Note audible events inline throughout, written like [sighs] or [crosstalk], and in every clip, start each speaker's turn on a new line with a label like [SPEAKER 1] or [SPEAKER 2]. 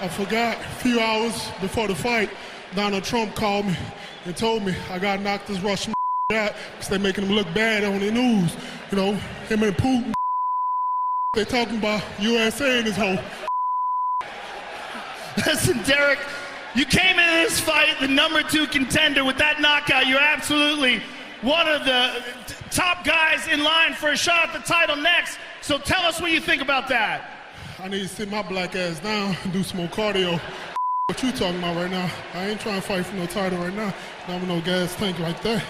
[SPEAKER 1] I forgot a few hours before the fight, Donald Trump called me and told me I got knocked this Russian [laughs] out because they making him look bad on the news. You know, him and Putin, [laughs] they talking about USA in this whole.
[SPEAKER 2] [laughs] Listen, Derek, you came into this fight the number two contender with that knockout. You're absolutely one of the t- top guys in line for a shot at the title next. So tell us what you think about that.
[SPEAKER 1] I need to sit my black ass down and do some more cardio. [laughs] What you talking about right now? I ain't trying to fight for no title right now. Not with no gas tank like that.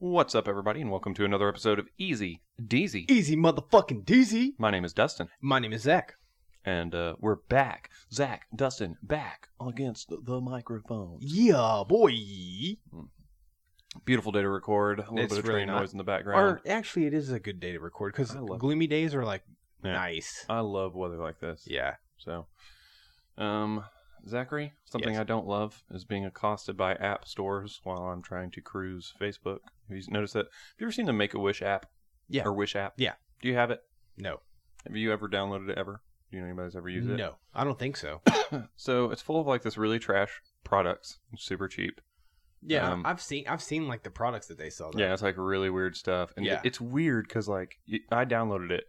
[SPEAKER 3] What's up, everybody, and welcome to another episode of Easy Deezy.
[SPEAKER 4] Easy motherfucking DZ.
[SPEAKER 3] My name is Dustin,
[SPEAKER 4] My name is Zach.
[SPEAKER 3] and uh, we're back. Zach, Dustin, back against the microphone.
[SPEAKER 4] Yeah, boy.
[SPEAKER 3] Beautiful day to record. A little
[SPEAKER 4] It's
[SPEAKER 3] bit of
[SPEAKER 4] really
[SPEAKER 3] train
[SPEAKER 4] not-
[SPEAKER 3] noise in the background.
[SPEAKER 4] Or actually, it is a good day to record because
[SPEAKER 3] I love-
[SPEAKER 4] gloomy days are like
[SPEAKER 3] Yeah.
[SPEAKER 4] nice.
[SPEAKER 3] I love weather like this.
[SPEAKER 4] Yeah.
[SPEAKER 3] So, um, Zachary, something
[SPEAKER 4] Yes.
[SPEAKER 3] I don't love is being accosted by app stores while I'm trying to cruise Facebook. Have you noticed that? Have you ever seen the Make a Wish app?
[SPEAKER 4] Yeah.
[SPEAKER 3] Or Wish app?
[SPEAKER 4] Yeah.
[SPEAKER 3] Do you have it?
[SPEAKER 4] No.
[SPEAKER 3] Have you ever downloaded it ever? Do you know anybody's ever used it?
[SPEAKER 4] No, I don't think so.
[SPEAKER 3] So it's full of like this really trash products, super cheap.
[SPEAKER 4] Yeah,
[SPEAKER 3] Um,
[SPEAKER 4] I've seen I've seen like the products that they sell. Though.
[SPEAKER 3] Yeah, it's like really weird stuff, and
[SPEAKER 4] Yeah.
[SPEAKER 3] it- it's weird because like y- I downloaded it,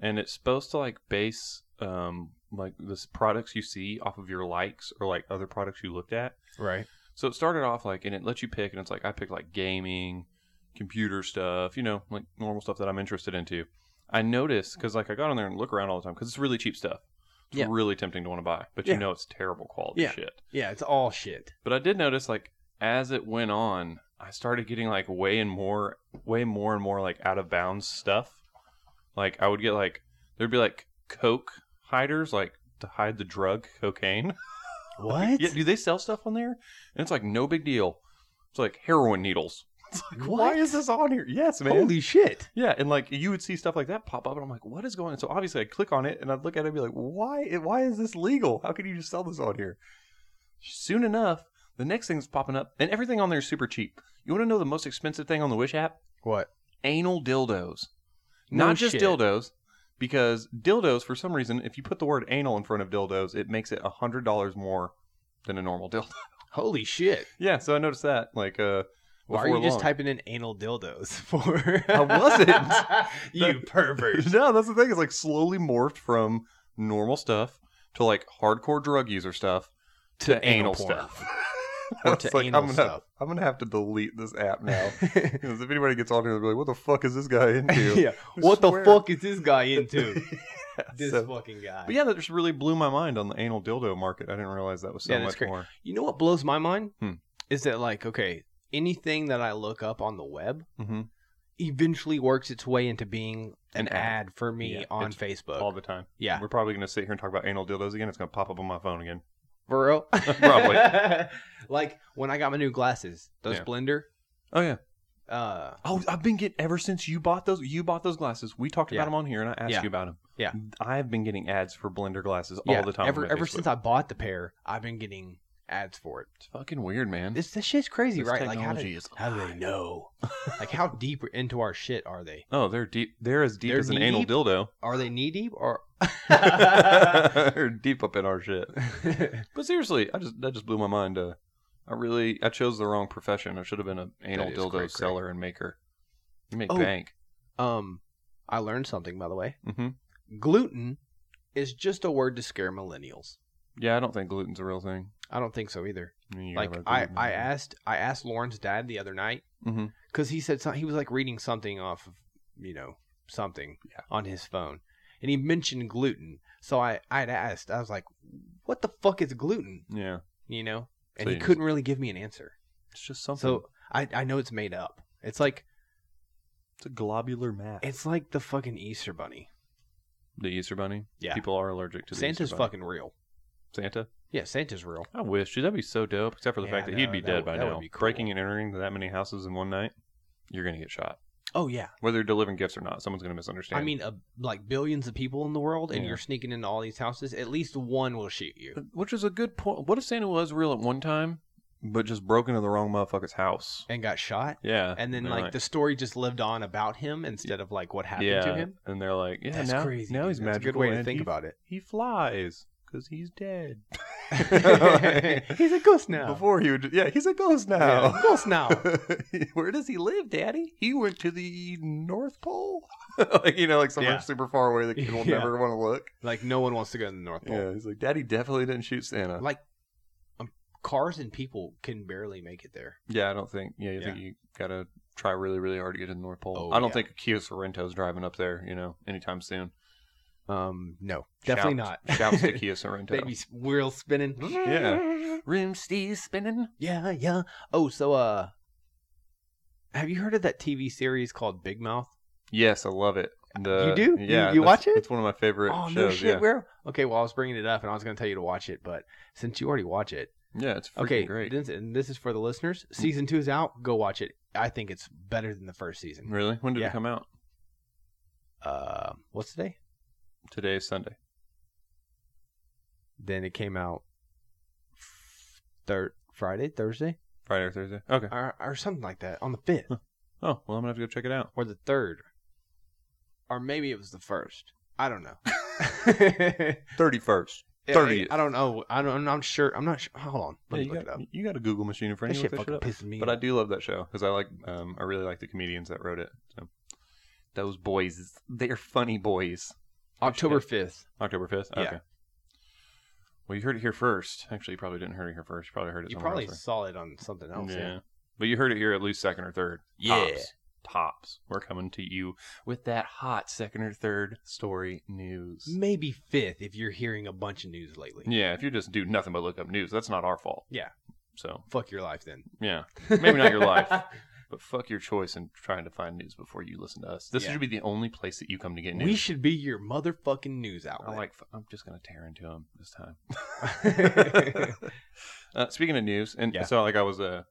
[SPEAKER 3] and it's supposed to like base um like this products you see off of your likes or like other products you looked at.
[SPEAKER 4] Right.
[SPEAKER 3] So it started off like, and it lets you pick, and it's like I picked like gaming, computer stuff, you know, like normal stuff that I'm interested into. I noticed because like I got on there and look around all the time because it's really cheap stuff. It's
[SPEAKER 4] Yeah.
[SPEAKER 3] really tempting to want to buy, but
[SPEAKER 4] Yeah.
[SPEAKER 3] you know it's terrible quality
[SPEAKER 4] Yeah.
[SPEAKER 3] shit.
[SPEAKER 4] Yeah, it's all shit.
[SPEAKER 3] But I did notice like as it went on, I started getting like way and more way more and more like out of bounds stuff. Like I would get like there'd be like coke hiders like to hide the drug cocaine.
[SPEAKER 4] What? [laughs]
[SPEAKER 3] yeah, do they sell stuff on there? And it's like no big deal. It's like heroin needles. It's like why
[SPEAKER 4] What?
[SPEAKER 3] is this on here? Yes, man.
[SPEAKER 4] Holy shit!
[SPEAKER 3] yeah, and like you would see stuff like that pop up, and I'm like, "What is going on?" So obviously, I click on it, and I'd look at it and be like, "Why? Why is this legal? How can you just sell this on here?" Soon enough, the next thing's popping up, and everything on there is super cheap. You want to know the most expensive thing on the Wish app?
[SPEAKER 4] What?
[SPEAKER 3] Anal dildos.
[SPEAKER 4] No
[SPEAKER 3] Not just
[SPEAKER 4] shit.
[SPEAKER 3] dildos, because dildos, for some reason, if you put the word anal in front of dildos, it makes it a hundred dollars more than a normal dildo. [laughs]
[SPEAKER 4] Holy shit!
[SPEAKER 3] yeah, so I noticed that. Like, uh,
[SPEAKER 4] Why are you
[SPEAKER 3] before
[SPEAKER 4] just
[SPEAKER 3] long.
[SPEAKER 4] typing in anal dildos [laughs] for?
[SPEAKER 3] I wasn't.
[SPEAKER 4] [laughs] you pervert.
[SPEAKER 3] [laughs] no, that's the thing. It's like slowly morphed from normal stuff to like hardcore drug user stuff to, anal,
[SPEAKER 4] porn.
[SPEAKER 3] stuff.
[SPEAKER 4] [laughs]
[SPEAKER 3] [laughs]
[SPEAKER 4] Or
[SPEAKER 3] It's
[SPEAKER 4] to
[SPEAKER 3] like,
[SPEAKER 4] anal
[SPEAKER 3] I'm gonna,
[SPEAKER 4] stuff.
[SPEAKER 3] I'm gonna have to delete this app now
[SPEAKER 4] [laughs]
[SPEAKER 3] because if anybody gets on here, they'll be like, "What the fuck is this guy into?"
[SPEAKER 4] yeah.
[SPEAKER 3] I
[SPEAKER 4] What the
[SPEAKER 3] swear.
[SPEAKER 4] fuck is this guy [laughs] into? this
[SPEAKER 3] so-
[SPEAKER 4] fucking guy.
[SPEAKER 3] But yeah, that just really blew my mind on the anal dildo market. I didn't realize that was so
[SPEAKER 4] Yeah, that's
[SPEAKER 3] much
[SPEAKER 4] great.
[SPEAKER 3] more.
[SPEAKER 4] You know what blows my mind
[SPEAKER 3] Hmm.
[SPEAKER 4] is that like okay, anything that I look up on the web
[SPEAKER 3] hmm
[SPEAKER 4] eventually works its way into being
[SPEAKER 3] An
[SPEAKER 4] an,
[SPEAKER 3] ad.
[SPEAKER 4] ad. for me
[SPEAKER 3] Yeah,
[SPEAKER 4] on
[SPEAKER 3] it's
[SPEAKER 4] Facebook.
[SPEAKER 3] All the time.
[SPEAKER 4] yeah,
[SPEAKER 3] We're probably gonna sit here and talk about anal dildos again. It's gonna pop up on my phone again.
[SPEAKER 4] for real.
[SPEAKER 3] Probably.
[SPEAKER 4] [laughs] like when I got my new glasses, those
[SPEAKER 3] Yeah.
[SPEAKER 4] blender.
[SPEAKER 3] Oh yeah.
[SPEAKER 4] Uh,
[SPEAKER 3] Oh, I've been getting ever since you bought those. You bought those glasses. We talked
[SPEAKER 4] Yeah.
[SPEAKER 3] about them on here, and I asked
[SPEAKER 4] Yeah.
[SPEAKER 3] you about them.
[SPEAKER 4] Yeah.
[SPEAKER 3] I've been getting ads for Blender glasses
[SPEAKER 4] yeah,
[SPEAKER 3] all the time.
[SPEAKER 4] Ever ever since I bought the pair, I've been getting ads for it.
[SPEAKER 3] it's fucking weird, man.
[SPEAKER 4] This this shit's crazy,
[SPEAKER 3] This
[SPEAKER 4] right? Like how do,
[SPEAKER 3] technology is
[SPEAKER 4] how do
[SPEAKER 3] [laughs]
[SPEAKER 4] they know? like how deep into our shit are they?
[SPEAKER 3] oh, they're deep. They're as deep
[SPEAKER 4] They're
[SPEAKER 3] as an anal
[SPEAKER 4] knee-deep? [laughs]
[SPEAKER 3] dildo. [laughs]
[SPEAKER 4] Are they knee deep or? [laughs]
[SPEAKER 3] they're deep up in our shit. But seriously, I just that just blew my mind. Uh, I really I chose the wrong profession. I should have been an anal
[SPEAKER 4] is
[SPEAKER 3] dildo
[SPEAKER 4] cray-cray.
[SPEAKER 3] seller and maker. You make
[SPEAKER 4] Oh.
[SPEAKER 3] bank.
[SPEAKER 4] um, I learned something by the way.
[SPEAKER 3] hmm
[SPEAKER 4] gluten is just a word to scare millennials.
[SPEAKER 3] Yeah, I don't think gluten's a real thing.
[SPEAKER 4] I don't think so either.
[SPEAKER 3] I mean, you
[SPEAKER 4] like
[SPEAKER 3] gotta
[SPEAKER 4] I,
[SPEAKER 3] have
[SPEAKER 4] I asked I asked Lauren's dad the other night
[SPEAKER 3] Mhm.
[SPEAKER 4] because he said something, he was like reading something off of you know something
[SPEAKER 3] Yeah.
[SPEAKER 4] on his phone and he mentioned gluten. So I I had asked I was like, what the fuck is gluten?
[SPEAKER 3] Yeah,
[SPEAKER 4] You know,
[SPEAKER 3] So
[SPEAKER 4] and he
[SPEAKER 3] you just-
[SPEAKER 4] couldn't really give me an answer.
[SPEAKER 3] it's just something.
[SPEAKER 4] So I I know it's made up. It's like
[SPEAKER 3] it's a globular mass.
[SPEAKER 4] it's like the fucking Easter bunny.
[SPEAKER 3] the Easter Bunny.
[SPEAKER 4] Yeah.
[SPEAKER 3] people are allergic to the
[SPEAKER 4] Santa's
[SPEAKER 3] Easter Bunny.
[SPEAKER 4] fucking real.
[SPEAKER 3] Santa.
[SPEAKER 4] Yeah, Santa's real.
[SPEAKER 3] I wish, dude. That'd be so dope. Except for the
[SPEAKER 4] Yeah,
[SPEAKER 3] fact
[SPEAKER 4] I
[SPEAKER 3] that he'd
[SPEAKER 4] know,
[SPEAKER 3] be
[SPEAKER 4] that
[SPEAKER 3] dead
[SPEAKER 4] would-
[SPEAKER 3] by
[SPEAKER 4] that would
[SPEAKER 3] now.
[SPEAKER 4] be cool.
[SPEAKER 3] Breaking and entering that many houses in one night, you're gonna get shot.
[SPEAKER 4] Oh yeah.
[SPEAKER 3] Whether you're delivering gifts or not, someone's going to misunderstand.
[SPEAKER 4] I mean, uh, like billions of people in the world, and
[SPEAKER 3] Yeah.
[SPEAKER 4] you're sneaking into all these houses. At least one will shoot you.
[SPEAKER 3] which is a good point. What if Santa was real at one time, but just broke into the wrong motherfucker's house?
[SPEAKER 4] And got shot.
[SPEAKER 3] Yeah.
[SPEAKER 4] And then
[SPEAKER 3] they're
[SPEAKER 4] like the story just lived on about him instead of like what happened
[SPEAKER 3] yeah,
[SPEAKER 4] to him.
[SPEAKER 3] and they're like, yeah,
[SPEAKER 4] That's
[SPEAKER 3] now,
[SPEAKER 4] crazy.
[SPEAKER 3] now
[SPEAKER 4] dude.
[SPEAKER 3] he's
[SPEAKER 4] That's
[SPEAKER 3] magical.
[SPEAKER 4] A good way to
[SPEAKER 3] and
[SPEAKER 4] think
[SPEAKER 3] he- [laughs]
[SPEAKER 4] about it.
[SPEAKER 3] He flies because he's dead.
[SPEAKER 4] [laughs] he's a ghost now.
[SPEAKER 3] [laughs] Before he would, yeah, he's a ghost
[SPEAKER 4] Yeah,
[SPEAKER 3] now.
[SPEAKER 4] ghost now.
[SPEAKER 3] [laughs] Where does he live, Daddy? He went to the North Pole. [laughs] like you know, like somewhere
[SPEAKER 4] Yeah.
[SPEAKER 3] super far away that kid will
[SPEAKER 4] [laughs] Yeah.
[SPEAKER 3] never want to look.
[SPEAKER 4] like no one wants to go to the North Pole.
[SPEAKER 3] Yeah, he's like, Daddy definitely didn't shoot Santa.
[SPEAKER 4] Like um, cars and people can barely make it there.
[SPEAKER 3] yeah, I don't think. Yeah, I think you gotta try really, really hard to get to the North Pole.
[SPEAKER 4] Oh,
[SPEAKER 3] I don't
[SPEAKER 4] yeah.
[SPEAKER 3] think a Kia Sorrento's driving up there, you know, anytime soon.
[SPEAKER 4] Um, no, definitely
[SPEAKER 3] Shout-
[SPEAKER 4] not.
[SPEAKER 3] Shouts
[SPEAKER 4] [laughs]
[SPEAKER 3] to Kia Sorrento.
[SPEAKER 4] Baby s- wheels spinning.
[SPEAKER 3] Yeah. Room Steve spinning.
[SPEAKER 4] Yeah, yeah. Oh, so uh have you heard of that TV series called Big Mouth?
[SPEAKER 3] Yes, I love it. The,
[SPEAKER 4] You do? You-
[SPEAKER 3] Yeah, that's-
[SPEAKER 4] you watch it?
[SPEAKER 3] It's one of my favorite
[SPEAKER 4] oh,
[SPEAKER 3] shows.
[SPEAKER 4] no shit,
[SPEAKER 3] yeah.
[SPEAKER 4] where? Okay, well, I was bringing it up and I was going to tell you to watch it, but since you already watch it.
[SPEAKER 3] yeah, it's freaking
[SPEAKER 4] Okay,
[SPEAKER 3] great.
[SPEAKER 4] This, and this is for the listeners. Season 2 is out. Go watch it. I think it's better than the first season.
[SPEAKER 3] Really? When did
[SPEAKER 4] Yeah.
[SPEAKER 3] it come out?
[SPEAKER 4] Uh, what's today?
[SPEAKER 3] Today is Sunday.
[SPEAKER 4] Then it came out thir- Friday, Thursday,
[SPEAKER 3] Friday or Thursday? Okay.
[SPEAKER 4] or, or something like that, on the 5th
[SPEAKER 3] Oh, well, I'm going to have to go check it out.
[SPEAKER 4] or the 3rd. Or maybe it was the 1st. I
[SPEAKER 3] [laughs]
[SPEAKER 4] don't know. [laughs]
[SPEAKER 3] 31st.
[SPEAKER 4] Yeah,
[SPEAKER 3] 30th.
[SPEAKER 4] I, I don't know. I don't, I'm not sure. I'm not sure. Hold on.
[SPEAKER 3] Yeah,
[SPEAKER 4] Let me
[SPEAKER 3] you,
[SPEAKER 4] look
[SPEAKER 3] got,
[SPEAKER 4] it up.
[SPEAKER 3] you got a Google machine in front
[SPEAKER 4] That
[SPEAKER 3] of you.
[SPEAKER 4] shit
[SPEAKER 3] Look
[SPEAKER 4] fucking
[SPEAKER 3] that shit up.
[SPEAKER 4] pisses me
[SPEAKER 3] But I
[SPEAKER 4] off.
[SPEAKER 3] do love that show because I like, um, I really like the comedians that wrote it. So. Those boys, they're funny boys.
[SPEAKER 4] October 5th.
[SPEAKER 3] October 5th?
[SPEAKER 4] Yeah.
[SPEAKER 3] Okay. Well, you heard it here first. Actually, you probably didn't hear it here first. You probably heard it
[SPEAKER 4] You
[SPEAKER 3] somewhere
[SPEAKER 4] probably
[SPEAKER 3] else.
[SPEAKER 4] saw it on something else. Yeah.
[SPEAKER 3] But you heard it here at least second or third.
[SPEAKER 4] Yeah.
[SPEAKER 3] Tops. Tops. We're coming to you with that hot second or third story news.
[SPEAKER 4] Maybe 5th if you're hearing a bunch of news lately.
[SPEAKER 3] Yeah, if you just do nothing but look up news, that's not our fault.
[SPEAKER 4] Yeah.
[SPEAKER 3] So,
[SPEAKER 4] Fuck your life then.
[SPEAKER 3] yeah. Maybe not your
[SPEAKER 4] [laughs]
[SPEAKER 3] life. But fuck your choice in trying to find news before you listen to us. This
[SPEAKER 4] Yeah.
[SPEAKER 3] should be the only place that you come to get news.
[SPEAKER 4] we should be your motherfucking news outlet.
[SPEAKER 3] I like. I'm just gonna tear into him this
[SPEAKER 4] [laughs]
[SPEAKER 3] time. [laughs] uh, speaking of news, and
[SPEAKER 4] Yeah.
[SPEAKER 3] so like I was uh,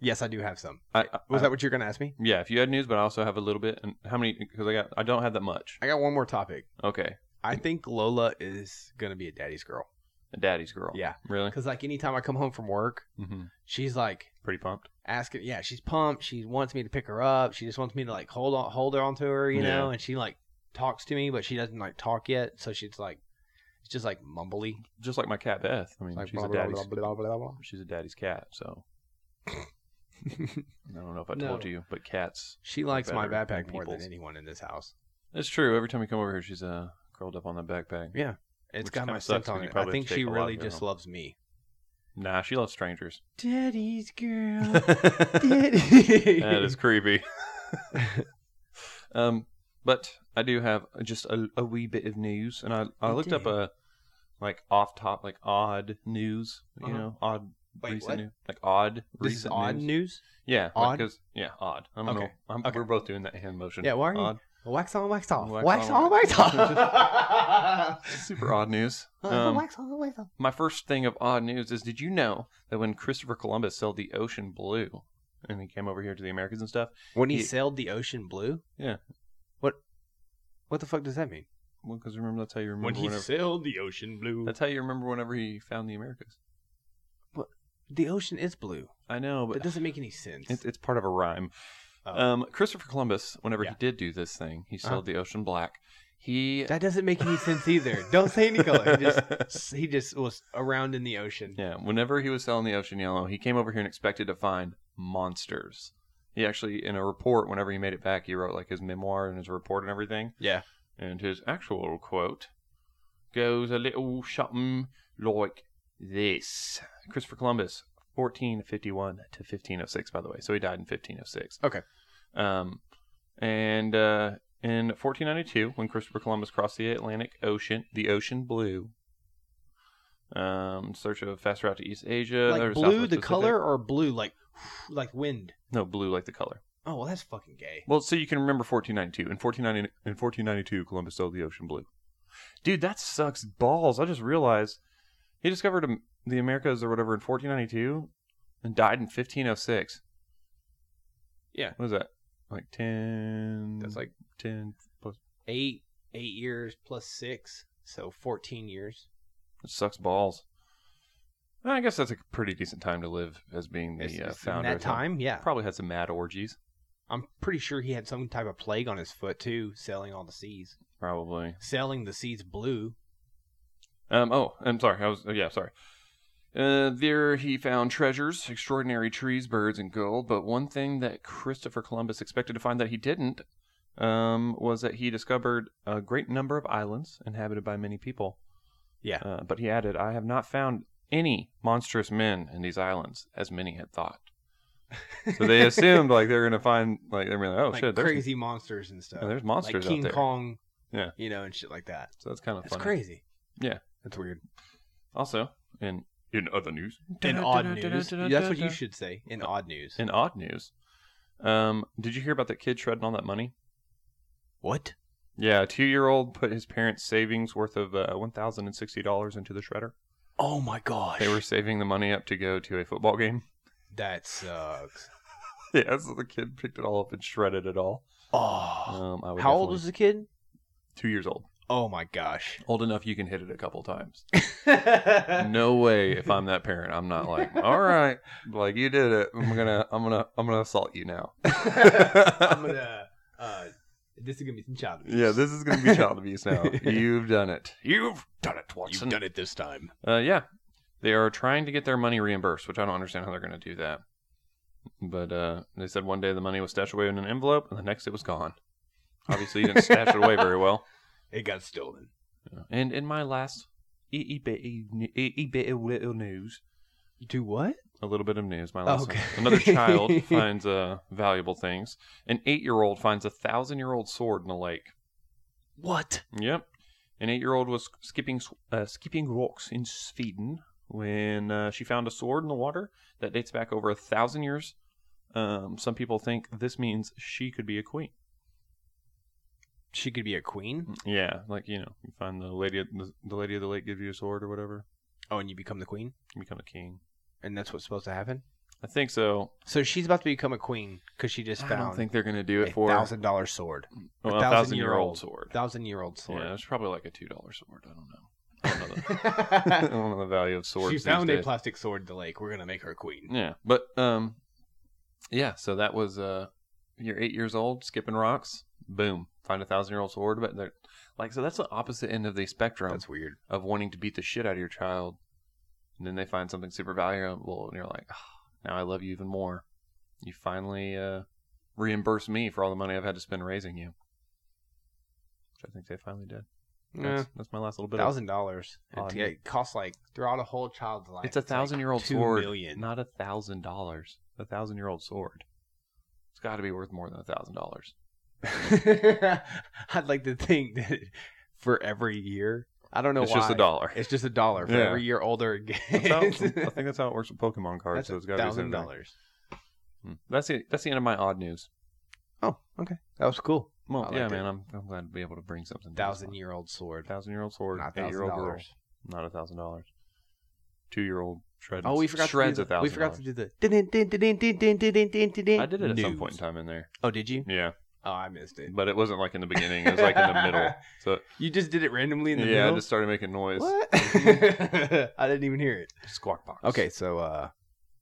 [SPEAKER 4] yes, I do have some.
[SPEAKER 3] I, I
[SPEAKER 4] Was that what you were going to ask me?
[SPEAKER 3] yeah. If you had news, but I also have a little bit. And how many? Because I got I don't have that much.
[SPEAKER 4] I got one more topic.
[SPEAKER 3] Okay,
[SPEAKER 4] I think Lola is going to be a daddy's girl.
[SPEAKER 3] a daddy's girl.
[SPEAKER 4] Yeah.
[SPEAKER 3] really.
[SPEAKER 4] Because, like, anytime I come home from work,
[SPEAKER 3] hmm
[SPEAKER 4] she's like,
[SPEAKER 3] Pretty pumped.
[SPEAKER 4] asking yeah she's pumped she wants me to pick her up she just wants me to like hold on hold her onto her you know and she like talks to me but she doesn't like talk yet so she's like it's just like mumbly
[SPEAKER 3] Just like my cat Beth. I mean,
[SPEAKER 4] It's like
[SPEAKER 3] she's
[SPEAKER 4] blah,
[SPEAKER 3] a
[SPEAKER 4] blah,
[SPEAKER 3] daddy's.
[SPEAKER 4] blah, blah, blah, blah.
[SPEAKER 3] She's a daddy's cat.
[SPEAKER 4] [laughs]
[SPEAKER 3] So I don't know if I
[SPEAKER 4] No.
[SPEAKER 3] told you, but cats.
[SPEAKER 4] she likes my
[SPEAKER 3] Better than
[SPEAKER 4] backpack more than
[SPEAKER 3] people's.
[SPEAKER 4] anyone in this house
[SPEAKER 3] It's true. Every time you come over here, she's uh curled up on that backpack.
[SPEAKER 4] Yeah. It's
[SPEAKER 3] Which
[SPEAKER 4] got
[SPEAKER 3] kinda
[SPEAKER 4] my
[SPEAKER 3] sucks
[SPEAKER 4] scent on
[SPEAKER 3] 'cause you
[SPEAKER 4] it i
[SPEAKER 3] probably have
[SPEAKER 4] think
[SPEAKER 3] to
[SPEAKER 4] she
[SPEAKER 3] take a lot
[SPEAKER 4] really
[SPEAKER 3] of your
[SPEAKER 4] just
[SPEAKER 3] home. [laughs]
[SPEAKER 4] loves me
[SPEAKER 3] Nah, she loves strangers.
[SPEAKER 4] daddy's girl
[SPEAKER 3] that
[SPEAKER 4] daddy [laughs]
[SPEAKER 3] is creepy. um, but I do have just a, a wee bit of news, and I I
[SPEAKER 4] You
[SPEAKER 3] looked up
[SPEAKER 4] do?
[SPEAKER 3] a like off top like odd news, you
[SPEAKER 4] Uh-huh.
[SPEAKER 3] know, odd
[SPEAKER 4] Wait,
[SPEAKER 3] recent
[SPEAKER 4] what?
[SPEAKER 3] news, like odd
[SPEAKER 4] this is
[SPEAKER 3] recent
[SPEAKER 4] odd
[SPEAKER 3] news.
[SPEAKER 4] news
[SPEAKER 3] Yeah, like,
[SPEAKER 4] Odd?
[SPEAKER 3] 'cause- yeah, odd. I don't
[SPEAKER 4] Okay.
[SPEAKER 3] know. I'm,
[SPEAKER 4] Okay.
[SPEAKER 3] We're both doing that hand motion.
[SPEAKER 4] Yeah, why are you-
[SPEAKER 3] Odd.
[SPEAKER 4] wax on wax off
[SPEAKER 3] Wax
[SPEAKER 4] wax,
[SPEAKER 3] on,
[SPEAKER 4] on wax
[SPEAKER 3] wax
[SPEAKER 4] off [laughs]
[SPEAKER 3] Super odd news. Um,
[SPEAKER 4] wax on wax off
[SPEAKER 3] my first thing of odd news is did you know that when Christopher Columbus sailed the ocean blue and he came over here to the Americas and stuff,
[SPEAKER 4] when he
[SPEAKER 3] he-
[SPEAKER 4] sailed the ocean blue
[SPEAKER 3] Yeah.
[SPEAKER 4] what what the fuck does that mean
[SPEAKER 3] well, because remember that's how you remember
[SPEAKER 4] when he
[SPEAKER 3] whenever,
[SPEAKER 4] sailed the ocean blue.
[SPEAKER 3] that's how you remember whenever he found the Americas.
[SPEAKER 4] the ocean is blue.
[SPEAKER 3] I know,
[SPEAKER 4] That
[SPEAKER 3] but
[SPEAKER 4] doesn't make any sense.
[SPEAKER 3] it's, it's part of a rhyme.
[SPEAKER 4] Oh.
[SPEAKER 3] Um, Christopher Columbus, whenever
[SPEAKER 4] Yeah.
[SPEAKER 3] he did do this thing, he sailed
[SPEAKER 4] Uh-huh.
[SPEAKER 3] the ocean black. He
[SPEAKER 4] that doesn't make any sense either. Don't say any color. [laughs] He just, he just was around in the ocean.
[SPEAKER 3] Yeah, whenever he was selling the Ocean Yellow, he came over here and expected to find monsters. He actually, in a report, whenever he made it back, he wrote like his memoir and his report and everything.
[SPEAKER 4] Yeah.
[SPEAKER 3] And his actual quote goes a little something like this Christopher Columbus, 1451 to 1506, by the way. So he died in 1506.
[SPEAKER 4] Okay.
[SPEAKER 3] Um, and uh, in 1492, when Christopher Columbus crossed the Atlantic Ocean, the ocean blue, um, in search of a fast route to East Asia. or
[SPEAKER 4] like
[SPEAKER 3] Southwest
[SPEAKER 4] blue, the
[SPEAKER 3] Pacific.
[SPEAKER 4] color, or blue, like [sighs] like wind.
[SPEAKER 3] No, blue like the color.
[SPEAKER 4] Oh well, that's fucking gay.
[SPEAKER 3] Well, so you can remember 1492. In 1490, in 1492, Columbus sailed the ocean blue. Dude, that sucks balls. I just realized he discovered Am- the Americas or whatever in 1492 and died in 1506.
[SPEAKER 4] Yeah.
[SPEAKER 3] What is that? Like ten.
[SPEAKER 4] That's like
[SPEAKER 3] ten plus.
[SPEAKER 4] eight eight years plus six, so fourteen years.
[SPEAKER 3] It sucks balls. I guess that's a pretty decent time to live as being the
[SPEAKER 4] It's-
[SPEAKER 3] uh,
[SPEAKER 4] it's in
[SPEAKER 3] founder.
[SPEAKER 4] that
[SPEAKER 3] of Hell.
[SPEAKER 4] time, yeah.
[SPEAKER 3] probably had some mad orgies.
[SPEAKER 4] I'm pretty sure he had some type of plague on his foot too, selling all the seeds.
[SPEAKER 3] Probably.
[SPEAKER 4] Selling the seeds blue.
[SPEAKER 3] Um. Oh, I'm sorry. I was. Yeah. Sorry. Uh, there he found treasures, extraordinary trees, birds, and gold. But one thing that Christopher Columbus expected to find that he didn't um, was that he discovered a great number of islands inhabited by many people.
[SPEAKER 4] Yeah.
[SPEAKER 3] Uh, but he added, "I have not found any monstrous men in these islands, as many had thought." So
[SPEAKER 4] [laughs]
[SPEAKER 3] they assumed like they're gonna find like they're gonna, oh
[SPEAKER 4] like
[SPEAKER 3] shit, there's,
[SPEAKER 4] crazy monsters and stuff.
[SPEAKER 3] yeah, there's monsters
[SPEAKER 4] like King
[SPEAKER 3] out there.
[SPEAKER 4] Kong.
[SPEAKER 3] Yeah.
[SPEAKER 4] You know, and shit like that.
[SPEAKER 3] So that's kind of
[SPEAKER 4] That's
[SPEAKER 3] funny.
[SPEAKER 4] crazy.
[SPEAKER 3] Yeah.
[SPEAKER 4] That's weird.
[SPEAKER 3] Also, in in other news,
[SPEAKER 4] In odd news. That's what you should say. In odd news.
[SPEAKER 3] In odd news, um, did you hear about that kid shredding all that money?
[SPEAKER 4] What?
[SPEAKER 3] Yeah, a two-year-old put his parents' savings worth of uh, one thousand and sixty dollars into the shredder.
[SPEAKER 4] Oh my gosh.
[SPEAKER 3] They were saving the money up to go to a football game. [laughs]
[SPEAKER 4] That sucks.
[SPEAKER 3] yeah, so the kid picked it all up and shredded it all.
[SPEAKER 4] Oh.
[SPEAKER 3] Um, I would
[SPEAKER 4] How old
[SPEAKER 3] definitely-
[SPEAKER 4] was the kid?
[SPEAKER 3] Two years old.
[SPEAKER 4] Oh my gosh. [laughs]
[SPEAKER 3] Old enough you can hit it a couple times. no way. If I'm that parent, I'm not like, all right, like you did it. I'm gonna, I'm gonna, I'm gonna assault you now. [laughs]
[SPEAKER 4] I'm [laughs] gonna. Uh, this is gonna be some child abuse.
[SPEAKER 3] Yeah, this is going to be child abuse now. You've done it. You've done it, Watson.
[SPEAKER 4] it this time.
[SPEAKER 3] Uh, yeah, they are trying to get their money reimbursed, which I don't understand how they're going to do that. But uh, they said one day the money was stashed away in an envelope, and the next it was gone. Obviously, you didn't stash it away very well.
[SPEAKER 4] It got stolen.
[SPEAKER 3] [laughs] And in my last e, eBay e, news,
[SPEAKER 4] You do what?
[SPEAKER 3] a little bit of news. My last
[SPEAKER 4] Okay.
[SPEAKER 3] one. Another [laughs] child finds uh, valuable things. An eight-year-old finds a thousand-year-old sword in a lake.
[SPEAKER 4] What?
[SPEAKER 3] Yep. An eight year old was skipping uh, skipping rocks in Sweden when uh, she found a sword in the water that dates back over a thousand years. Um, some people think this means she could be a queen.
[SPEAKER 4] She could be a queen.
[SPEAKER 3] Yeah, like you know, you find the lady of the, the lady of the lake gives you a sword or whatever,
[SPEAKER 4] Oh, and you become the queen,
[SPEAKER 3] you become a king.
[SPEAKER 4] and that's what's supposed to happen.
[SPEAKER 3] I think so.
[SPEAKER 4] So she's about to become a queen because she just
[SPEAKER 3] I don't
[SPEAKER 4] found
[SPEAKER 3] think they're gonna do
[SPEAKER 4] a
[SPEAKER 3] it for
[SPEAKER 4] thousand dollar sword,
[SPEAKER 3] well,
[SPEAKER 4] a
[SPEAKER 3] a
[SPEAKER 4] thousand
[SPEAKER 3] thousand
[SPEAKER 4] year
[SPEAKER 3] year old
[SPEAKER 4] old.
[SPEAKER 3] sword.
[SPEAKER 4] thousand year old
[SPEAKER 3] Yeah,
[SPEAKER 4] [laughs] sword.
[SPEAKER 3] it's probably like a two dollar sword. I don't know. I don't know, the, I don't know the value of swords.
[SPEAKER 4] she
[SPEAKER 3] these
[SPEAKER 4] found a
[SPEAKER 3] days.
[SPEAKER 4] plastic sword in the lake. We're gonna make her queen.
[SPEAKER 3] Yeah, but um, yeah. So that was uh, you're eight years old, skipping rocks. Boom, find a thousand year old sword. But they're like, so that's the opposite end of the spectrum
[SPEAKER 4] That's weird.
[SPEAKER 3] of wanting to beat the shit out of your child, and then they find something super valuable, and you're like, "Ah, now I love you even more. You finally uh, reimburse me for all the money I've had to spend raising you, which I think they finally did. That's, that's my last little bit. of
[SPEAKER 4] thousand dollars.
[SPEAKER 3] Oh,
[SPEAKER 4] It,
[SPEAKER 3] yeah.
[SPEAKER 4] it costs like throughout a whole child's life.
[SPEAKER 3] It's a thousand year old sword,
[SPEAKER 4] million.
[SPEAKER 3] not a thousand dollars. A thousand year old sword. It's got to be worth more than a thousand dollars.
[SPEAKER 4] [laughs] I'd like to think that for every year, I don't know
[SPEAKER 3] It's
[SPEAKER 4] why.
[SPEAKER 3] just a dollar.
[SPEAKER 4] It's just a dollar for
[SPEAKER 3] Yeah.
[SPEAKER 4] every year older it
[SPEAKER 3] That's how, [laughs] I
[SPEAKER 4] gets.
[SPEAKER 3] think that's how it works with Pokemon
[SPEAKER 4] [laughs]
[SPEAKER 3] cards.
[SPEAKER 4] That's
[SPEAKER 3] so
[SPEAKER 4] a
[SPEAKER 3] it's got to be
[SPEAKER 4] thousand
[SPEAKER 3] something.
[SPEAKER 4] dollars.
[SPEAKER 3] Hmm. That's the that's the end of my odd news.
[SPEAKER 4] Oh, okay, that was cool.
[SPEAKER 3] Well,
[SPEAKER 4] I
[SPEAKER 3] yeah,
[SPEAKER 4] liked it.
[SPEAKER 3] man, I'm, I'm glad to be able to bring something.
[SPEAKER 4] Thousand year old sword,
[SPEAKER 3] thousand year old sword,
[SPEAKER 4] not
[SPEAKER 3] eight year
[SPEAKER 4] thousand
[SPEAKER 3] old girl,
[SPEAKER 4] dollars.
[SPEAKER 3] not a thousand dollars. Two year old shreds.
[SPEAKER 4] Oh, we forgot.
[SPEAKER 3] shreds
[SPEAKER 4] to
[SPEAKER 3] a
[SPEAKER 4] do the, We
[SPEAKER 3] thousand.
[SPEAKER 4] forgot to do the. Din, din, din, din, din, din, din, din, din, din.
[SPEAKER 3] I did it at some
[SPEAKER 4] News.
[SPEAKER 3] point in time in there.
[SPEAKER 4] Oh,
[SPEAKER 3] [laughs]
[SPEAKER 4] did you?
[SPEAKER 3] Yeah,
[SPEAKER 4] Oh, I missed it.
[SPEAKER 3] but it wasn't like in the beginning. It was like in the middle.
[SPEAKER 4] [laughs]
[SPEAKER 3] So
[SPEAKER 4] You just did it randomly in the
[SPEAKER 3] yeah,
[SPEAKER 4] middle.
[SPEAKER 3] I just started making noise.
[SPEAKER 4] What? [laughs] I didn't even hear it.
[SPEAKER 3] Squawk box.
[SPEAKER 4] Okay, so uh,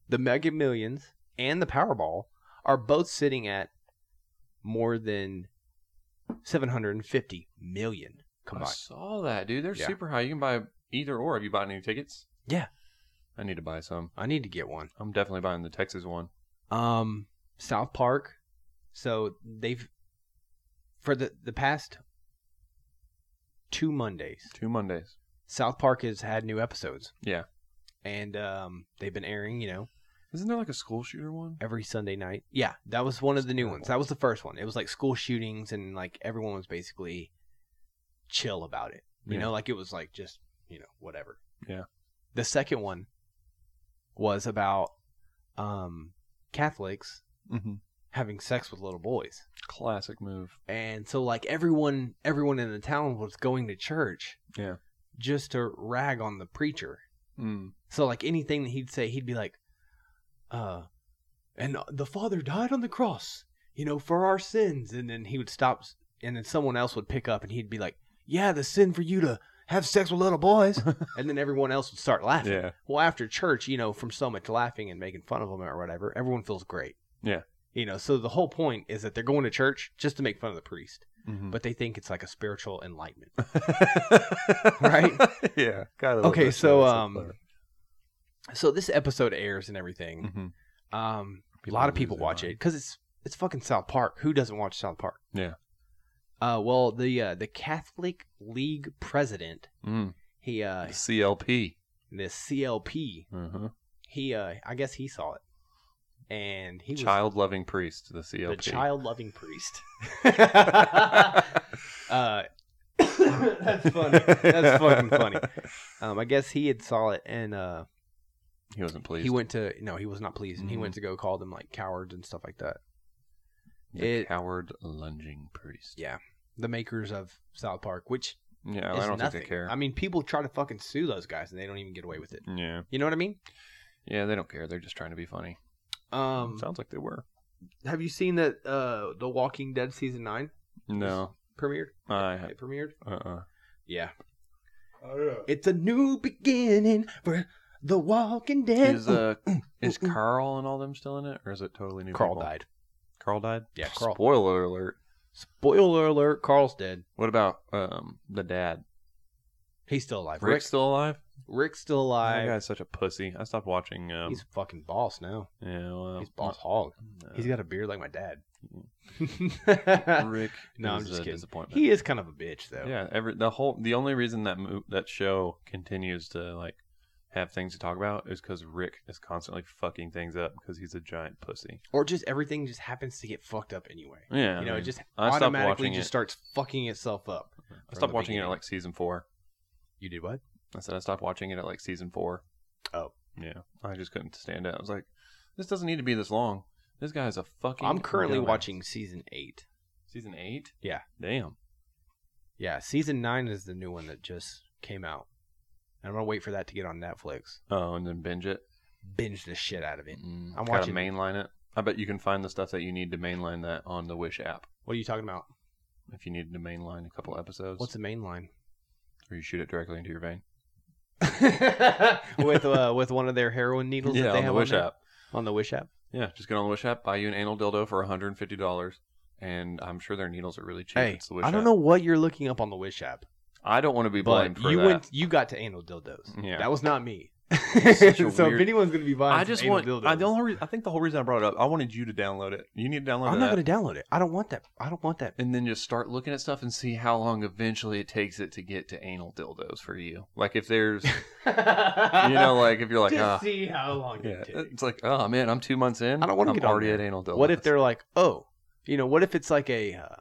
[SPEAKER 4] the Mega Millions and the Powerball are both sitting at more than 750 million
[SPEAKER 3] I
[SPEAKER 4] combined.
[SPEAKER 3] saw that, dude. They're
[SPEAKER 4] Yeah.
[SPEAKER 3] super high. You can buy either or. Have you bought any tickets?
[SPEAKER 4] Yeah.
[SPEAKER 3] I need to buy some.
[SPEAKER 4] I need to get one.
[SPEAKER 3] I'm definitely buying the Texas one.
[SPEAKER 4] Um, South Park. So they've for the the past two Mondays,
[SPEAKER 3] Two Mondays.
[SPEAKER 4] South Park has had new episodes.
[SPEAKER 3] Yeah.
[SPEAKER 4] and um, they've been airing. You know,
[SPEAKER 3] Isn't there like a school shooter one?
[SPEAKER 4] every Sunday night. Yeah, that was one of the new
[SPEAKER 3] Terrible.
[SPEAKER 4] ones. That was the first one. It was like school shootings and like everyone was basically chill about it. You
[SPEAKER 3] Yeah.
[SPEAKER 4] know, like it was like just, you know, whatever.
[SPEAKER 3] Yeah.
[SPEAKER 4] The second one was about um Catholics
[SPEAKER 3] Mm-hmm.
[SPEAKER 4] having sex with little boys.
[SPEAKER 3] Classic move.
[SPEAKER 4] And so like everyone everyone in the town was going to church.
[SPEAKER 3] Yeah.
[SPEAKER 4] Just to rag on the preacher.
[SPEAKER 3] Mm.
[SPEAKER 4] So like anything that he'd say, he'd be like, uh, and the father died on the cross you know, for our sins. And then he would stop, and then someone else would pick up, and he'd be like, yeah, the sin for you to have sex with
[SPEAKER 3] [laughs]
[SPEAKER 4] little boys. and then everyone else would start laughing.
[SPEAKER 3] Yeah.
[SPEAKER 4] Well, after church, you know, from so much laughing and making fun of them or whatever, everyone feels great.
[SPEAKER 3] Yeah.
[SPEAKER 4] You know, so the whole point is that they're going to church just to make fun of the priest,
[SPEAKER 3] Mhm.
[SPEAKER 4] but they think it's like a spiritual
[SPEAKER 3] [laughs]
[SPEAKER 4] enlightenment. [laughs] Right?
[SPEAKER 3] yeah. Gotta love
[SPEAKER 4] okay,
[SPEAKER 3] that
[SPEAKER 4] so
[SPEAKER 3] show. It's
[SPEAKER 4] um, so this episode airs and everything.
[SPEAKER 3] clever. Mhm.
[SPEAKER 4] Um,
[SPEAKER 3] People
[SPEAKER 4] a lot of
[SPEAKER 3] lose
[SPEAKER 4] people
[SPEAKER 3] their
[SPEAKER 4] watch it
[SPEAKER 3] mind.
[SPEAKER 4] because it's it's fucking South Park. Who doesn't watch South Park?
[SPEAKER 3] Yeah.
[SPEAKER 4] Uh, well, the uh, the Catholic League president,
[SPEAKER 3] Mm.
[SPEAKER 4] he uh,
[SPEAKER 3] CLP.
[SPEAKER 4] the CLP,
[SPEAKER 3] Uh-huh.
[SPEAKER 4] he uh, I guess he saw it, and he was
[SPEAKER 3] Child loving priest, the CLP.
[SPEAKER 4] the child [laughs]
[SPEAKER 3] [laughs]
[SPEAKER 4] loving priest. uh, [coughs] that's funny. That's fucking funny.
[SPEAKER 3] [laughs]
[SPEAKER 4] Um, I guess he had saw it, and uh,
[SPEAKER 3] He wasn't pleased. Mm.
[SPEAKER 4] he went to no, he was not pleased, and he went to go call them like cowards and stuff like that.
[SPEAKER 3] the
[SPEAKER 4] it-
[SPEAKER 3] coward lunging priest.
[SPEAKER 4] Yeah. The makers of South Park, which
[SPEAKER 3] Yeah,
[SPEAKER 4] is
[SPEAKER 3] Oh, I don't
[SPEAKER 4] nothing.
[SPEAKER 3] think they care.
[SPEAKER 4] I mean, people try to fucking sue those guys and they don't even get away with it.
[SPEAKER 3] yeah.
[SPEAKER 4] You know what I mean?
[SPEAKER 3] Yeah, they don't care. They're just trying to be funny.
[SPEAKER 4] Um,
[SPEAKER 3] Sounds like they were.
[SPEAKER 4] have you seen that uh, The Walking Dead season nine
[SPEAKER 3] No.
[SPEAKER 4] premiered?
[SPEAKER 3] I have.
[SPEAKER 4] It premiered.
[SPEAKER 3] Uh-uh.
[SPEAKER 4] Yeah.
[SPEAKER 1] Oh, yeah.
[SPEAKER 4] It's a new beginning for The Walking Dead.
[SPEAKER 3] Is, uh, [coughs] is Carl and all them still in it? Or is it totally new
[SPEAKER 4] Carl
[SPEAKER 3] people?
[SPEAKER 4] died.
[SPEAKER 3] Carl died?
[SPEAKER 4] Yeah, Carl.
[SPEAKER 3] Spoiler alert.
[SPEAKER 4] Spoiler alert: Carl's dead.
[SPEAKER 3] What about um the dad?
[SPEAKER 4] He's still alive.
[SPEAKER 3] Rick's still alive?
[SPEAKER 4] Rick's still
[SPEAKER 3] That
[SPEAKER 4] alive.
[SPEAKER 3] guy's such a pussy. I stopped watching. Um,
[SPEAKER 4] he's fucking boss now.
[SPEAKER 3] yeah, well,
[SPEAKER 4] He's boss hog.
[SPEAKER 3] uh,
[SPEAKER 4] [laughs]
[SPEAKER 3] [laughs]
[SPEAKER 4] He's got a beard like my dad.
[SPEAKER 3] Rick.
[SPEAKER 4] [laughs] No, I'm
[SPEAKER 3] is
[SPEAKER 4] just
[SPEAKER 3] Mm-hmm. a
[SPEAKER 4] kidding.
[SPEAKER 3] Disappointment.
[SPEAKER 4] he is kind of a bitch though.
[SPEAKER 3] yeah, every the whole the only reason that mo- that show continues to like have things to talk about is because Rick is constantly fucking things up because he's a giant pussy.
[SPEAKER 4] or just everything just happens to get fucked up anyway.
[SPEAKER 3] Yeah,
[SPEAKER 4] you
[SPEAKER 3] I
[SPEAKER 4] know, it
[SPEAKER 3] mean,
[SPEAKER 4] just
[SPEAKER 3] I stopped
[SPEAKER 4] automatically
[SPEAKER 3] watching
[SPEAKER 4] just
[SPEAKER 3] it.
[SPEAKER 4] starts fucking itself up.
[SPEAKER 3] I stopped watching it at
[SPEAKER 4] beginning.
[SPEAKER 3] like season four.
[SPEAKER 4] You did what?
[SPEAKER 3] I said I stopped watching it at like season four.
[SPEAKER 4] Oh.
[SPEAKER 3] yeah, I just couldn't stand it. I was like, this doesn't need to be this long. This guy's a fucking.
[SPEAKER 4] I'm currently
[SPEAKER 3] dumbass.
[SPEAKER 4] watching season eight.
[SPEAKER 3] season eight.
[SPEAKER 4] Yeah.
[SPEAKER 3] damn.
[SPEAKER 4] Yeah, season nine is the new one that just came out. And I'm gonna wait for that to get on Netflix.
[SPEAKER 3] Oh, and then binge it.
[SPEAKER 4] Binge the shit out of it.
[SPEAKER 3] Mm,
[SPEAKER 4] I'm
[SPEAKER 3] gotta
[SPEAKER 4] watching-
[SPEAKER 3] mainline it. I bet you can find the stuff that you need to mainline that on the Wish app.
[SPEAKER 4] What are you talking about?
[SPEAKER 3] If you needed to mainline a couple episodes,
[SPEAKER 4] What's the main line?
[SPEAKER 3] [laughs] or you shoot it directly into your vein.
[SPEAKER 4] with uh, with one of their heroin needles that
[SPEAKER 3] Yeah,
[SPEAKER 4] they
[SPEAKER 3] on
[SPEAKER 4] have
[SPEAKER 3] the Wish
[SPEAKER 4] on there?
[SPEAKER 3] app.
[SPEAKER 4] On the Wish app.
[SPEAKER 3] Yeah, just get on the Wish app, buy you an anal dildo for 150 dollars, and I'm sure their needles are really cheap.
[SPEAKER 4] Hey,
[SPEAKER 3] it's the Wish
[SPEAKER 4] I don't
[SPEAKER 3] app.
[SPEAKER 4] know what you're looking up on the Wish app,
[SPEAKER 3] I don't want to be blamed
[SPEAKER 4] but
[SPEAKER 3] for
[SPEAKER 4] you
[SPEAKER 3] that.
[SPEAKER 4] went. You got to anal dildos.
[SPEAKER 3] Yeah.
[SPEAKER 4] that was not [laughs] me.
[SPEAKER 3] Such
[SPEAKER 4] so
[SPEAKER 3] a
[SPEAKER 4] if
[SPEAKER 3] weird-
[SPEAKER 4] anyone's gonna be buying,
[SPEAKER 3] I
[SPEAKER 4] some
[SPEAKER 3] just
[SPEAKER 4] anal
[SPEAKER 3] want.
[SPEAKER 4] Dildos,
[SPEAKER 3] I, the only re- I think the whole reason I brought it up, I wanted you to download it. You need to download
[SPEAKER 4] I'm
[SPEAKER 3] that,
[SPEAKER 4] not going to download it. I don't want that. I don't want [laughs] that.
[SPEAKER 3] and then just start looking at stuff and see how long eventually it takes it to get to anal dildos for you. Like if there's, you
[SPEAKER 4] you
[SPEAKER 3] know,
[SPEAKER 4] [laughs]
[SPEAKER 3] like if you're like, ah,
[SPEAKER 4] see how long
[SPEAKER 3] Yeah, it's like, oh man, I'm two months in.
[SPEAKER 4] I don't wanna
[SPEAKER 3] I'm
[SPEAKER 4] get on
[SPEAKER 3] already
[SPEAKER 4] there.
[SPEAKER 3] at anal dildos.
[SPEAKER 4] What if they're like, oh, you know, what if it's like a uh,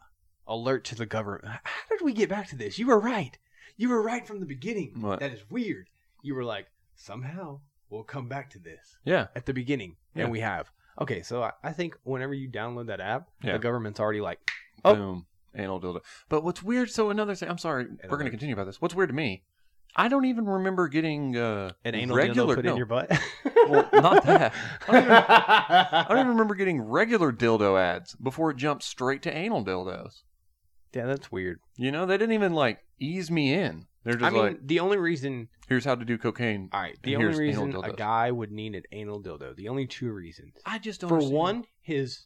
[SPEAKER 4] alert to the government? How did we get back to this? You were right. You were right from the beginning.
[SPEAKER 3] What?
[SPEAKER 4] That is weird. You were like, somehow we'll come back to this
[SPEAKER 3] Yeah,
[SPEAKER 4] at the beginning,
[SPEAKER 3] Yeah.
[SPEAKER 4] and we have. Okay, so I, I think whenever you download that app,
[SPEAKER 3] Yeah.
[SPEAKER 4] the government's already like, Oh.
[SPEAKER 3] boom, anal dildo. But what's weird? So another thing. I'm sorry, we're going to continue about this. What's weird to me? I don't even remember getting uh,
[SPEAKER 4] an anal
[SPEAKER 3] regular
[SPEAKER 4] dildo put
[SPEAKER 3] no,
[SPEAKER 4] in your butt.
[SPEAKER 3] [laughs] well, not
[SPEAKER 4] [laughs]
[SPEAKER 3] that. I don't, even,
[SPEAKER 4] yeah,
[SPEAKER 3] I don't even remember getting regular dildo ads before it jumped straight to anal dildos.
[SPEAKER 4] that's weird.
[SPEAKER 3] You know, they didn't even like ease me in. They're just
[SPEAKER 4] I mean,
[SPEAKER 3] like,
[SPEAKER 4] the only reason
[SPEAKER 3] here's how to do cocaine.
[SPEAKER 4] All right. The
[SPEAKER 3] And
[SPEAKER 4] only
[SPEAKER 3] here's anal
[SPEAKER 4] reason a
[SPEAKER 3] dildos.
[SPEAKER 4] guy would need an anal dildo, the only two reasons.
[SPEAKER 3] I just don't.
[SPEAKER 4] For
[SPEAKER 3] understand.
[SPEAKER 4] one, his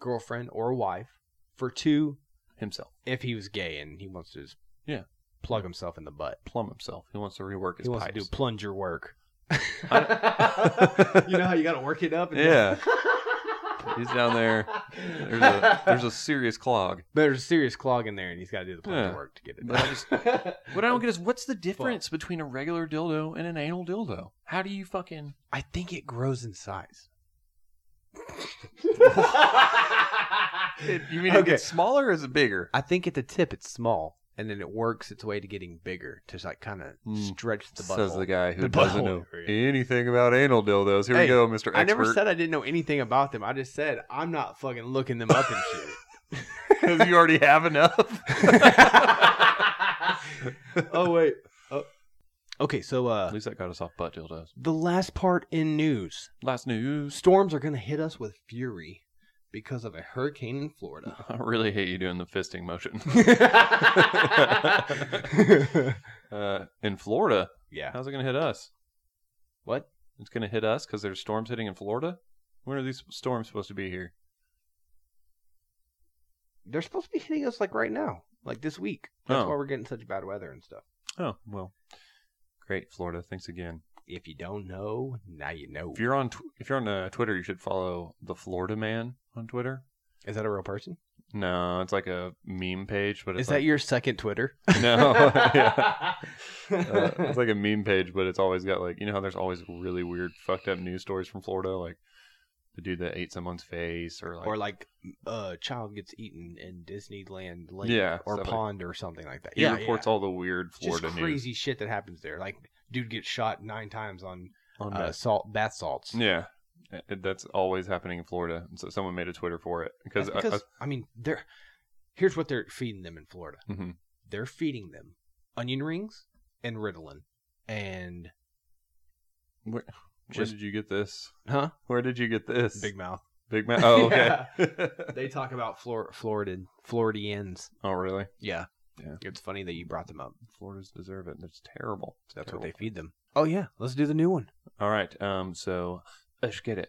[SPEAKER 4] girlfriend or wife. For two,
[SPEAKER 3] himself
[SPEAKER 4] if he was gay and he wants to just
[SPEAKER 3] Yeah.
[SPEAKER 4] plug himself in the butt.
[SPEAKER 3] plumb himself. He wants to rework his
[SPEAKER 4] he wants
[SPEAKER 3] pipes.
[SPEAKER 4] to do [laughs] plunger work.
[SPEAKER 3] I-
[SPEAKER 4] how [laughs] you got to work it up?
[SPEAKER 3] Yeah. He's down there. There's a there's a serious clog.
[SPEAKER 4] There's a serious clog in there, and he's got to do the plunger
[SPEAKER 3] Yeah.
[SPEAKER 4] work to get it.
[SPEAKER 3] But I just- [laughs]
[SPEAKER 4] done.
[SPEAKER 3] What I don't get is what's the difference between a regular dildo and an anal dildo? How do you fucking
[SPEAKER 4] I think it grows in size.
[SPEAKER 3] You mean it
[SPEAKER 4] Okay.
[SPEAKER 3] gets smaller or is it bigger?
[SPEAKER 4] I think at the tip it's small, and then it works its way to getting bigger to like kind of
[SPEAKER 3] Mm.
[SPEAKER 4] stretch the
[SPEAKER 3] Says
[SPEAKER 4] butthole.
[SPEAKER 3] the guy who
[SPEAKER 4] The
[SPEAKER 3] doesn't
[SPEAKER 4] butthole
[SPEAKER 3] know
[SPEAKER 4] area.
[SPEAKER 3] anything about anal dildos. Here
[SPEAKER 4] Hey,
[SPEAKER 3] we go, Mr. Expert.
[SPEAKER 4] I never said I didn't know anything about them. I just said I'm not fucking looking them up and
[SPEAKER 3] [laughs]
[SPEAKER 4] shit. [laughs]
[SPEAKER 3] 'Cause you already have [laughs] enough.
[SPEAKER 4] oh wait. Oh. Okay, so uh,
[SPEAKER 3] least that got us off butt dildos.
[SPEAKER 4] the last part in news:
[SPEAKER 3] Last news. [laughs]
[SPEAKER 4] storms are gonna hit us with fury. because of a hurricane in Florida.
[SPEAKER 3] I really hate you doing the fisting [laughs] motion. uh, in Florida, [laughs]
[SPEAKER 4] yeah.
[SPEAKER 3] how's it going to hit us?
[SPEAKER 4] What?
[SPEAKER 3] It's going to hit us because there's storms hitting in Florida? When are these storms supposed to be here?
[SPEAKER 4] They're supposed to be hitting us like right now, like this week. That's
[SPEAKER 3] Oh.
[SPEAKER 4] why we're getting such bad weather and stuff.
[SPEAKER 3] Oh, well. Great, Florida. Thanks again.
[SPEAKER 4] If you don't know, now you know.
[SPEAKER 3] If you're on tw- if you're on uh, Twitter, you should follow the Florida Man on Twitter.
[SPEAKER 4] Is that a real person?
[SPEAKER 3] No, it's like a meme page, but it's
[SPEAKER 4] Is that your second Twitter?
[SPEAKER 3] that your [laughs] no? [laughs] yeah.
[SPEAKER 4] [laughs]
[SPEAKER 3] Uh, it's like a meme page, but it's always got like you know how there's always really weird, fucked up news stories from Florida, like the dude that ate someone's face, or like,
[SPEAKER 4] or like a child gets eaten in Disneyland Lake
[SPEAKER 3] Yeah,
[SPEAKER 4] or
[SPEAKER 3] stuff like-
[SPEAKER 4] pond or something like that.
[SPEAKER 3] he reports all the weird Florida
[SPEAKER 4] just
[SPEAKER 3] news.
[SPEAKER 4] crazy shit that happens there. Like dude gets shot nine times on
[SPEAKER 3] On
[SPEAKER 4] uh,
[SPEAKER 3] that.
[SPEAKER 4] salt bath salts.
[SPEAKER 3] Yeah, Uh, that's always happening in Florida. And So someone made a Twitter for it because,
[SPEAKER 4] That's because I mean, they're here's what they're feeding them in Florida.
[SPEAKER 3] I, hmm
[SPEAKER 4] They're feeding them onion rings and Ritalin, and
[SPEAKER 3] where
[SPEAKER 4] Just-
[SPEAKER 3] did you get this?
[SPEAKER 4] huh?
[SPEAKER 3] Where did you get this?
[SPEAKER 4] Big mouth.
[SPEAKER 3] Big
[SPEAKER 4] [laughs]
[SPEAKER 3] man. Oh, okay. [laughs]
[SPEAKER 4] they talk about Flor- Florida Floridians.
[SPEAKER 3] oh, really?
[SPEAKER 4] Yeah.
[SPEAKER 3] Yeah.
[SPEAKER 4] It's funny that you brought them up.
[SPEAKER 3] Floridas deserve it. It's terrible. It's
[SPEAKER 4] That's
[SPEAKER 3] terrible.
[SPEAKER 4] what they feed them. Oh yeah, let's do the
[SPEAKER 3] [laughs]
[SPEAKER 4] new one. [laughs]
[SPEAKER 3] All right. Um. So let's get it.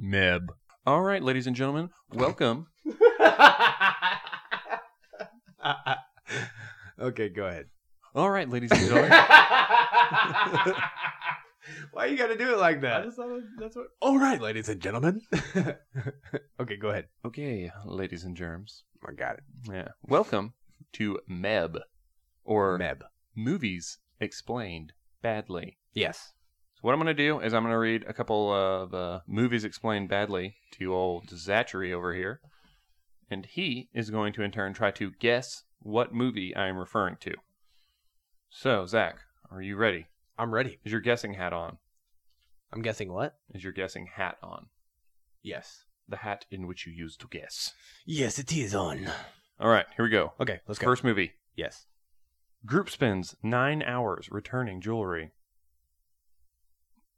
[SPEAKER 3] Meb. All right, ladies and gentlemen, welcome.
[SPEAKER 4] okay, go ahead.
[SPEAKER 3] All right, ladies and
[SPEAKER 4] [laughs]
[SPEAKER 3] gentlemen.
[SPEAKER 4] Why you gotta do it like that?
[SPEAKER 3] that's what.
[SPEAKER 4] All right, ladies and gentlemen. [laughs] okay, go ahead.
[SPEAKER 3] Okay, ladies and germs.
[SPEAKER 4] I got it.
[SPEAKER 3] Yeah. Welcome to Meb, or
[SPEAKER 4] Meb.
[SPEAKER 3] movies explained badly.
[SPEAKER 4] Yes.
[SPEAKER 3] So what I'm going to do is I'm going to read a couple of uh, movies explained badly to old Zachary over here, and he is going to in turn try to guess what movie I am referring to. So Zach, are you ready?
[SPEAKER 4] I'm ready.
[SPEAKER 3] Is your guessing hat on?
[SPEAKER 4] I'm guessing what?
[SPEAKER 3] Is your guessing hat on?
[SPEAKER 4] Yes.
[SPEAKER 3] The hat in which you use to guess.
[SPEAKER 4] Yes, it is on.
[SPEAKER 3] All right, here we go.
[SPEAKER 4] Okay, let's go.
[SPEAKER 3] First movie.
[SPEAKER 4] Yes.
[SPEAKER 3] Group spends nine hours returning jewelry.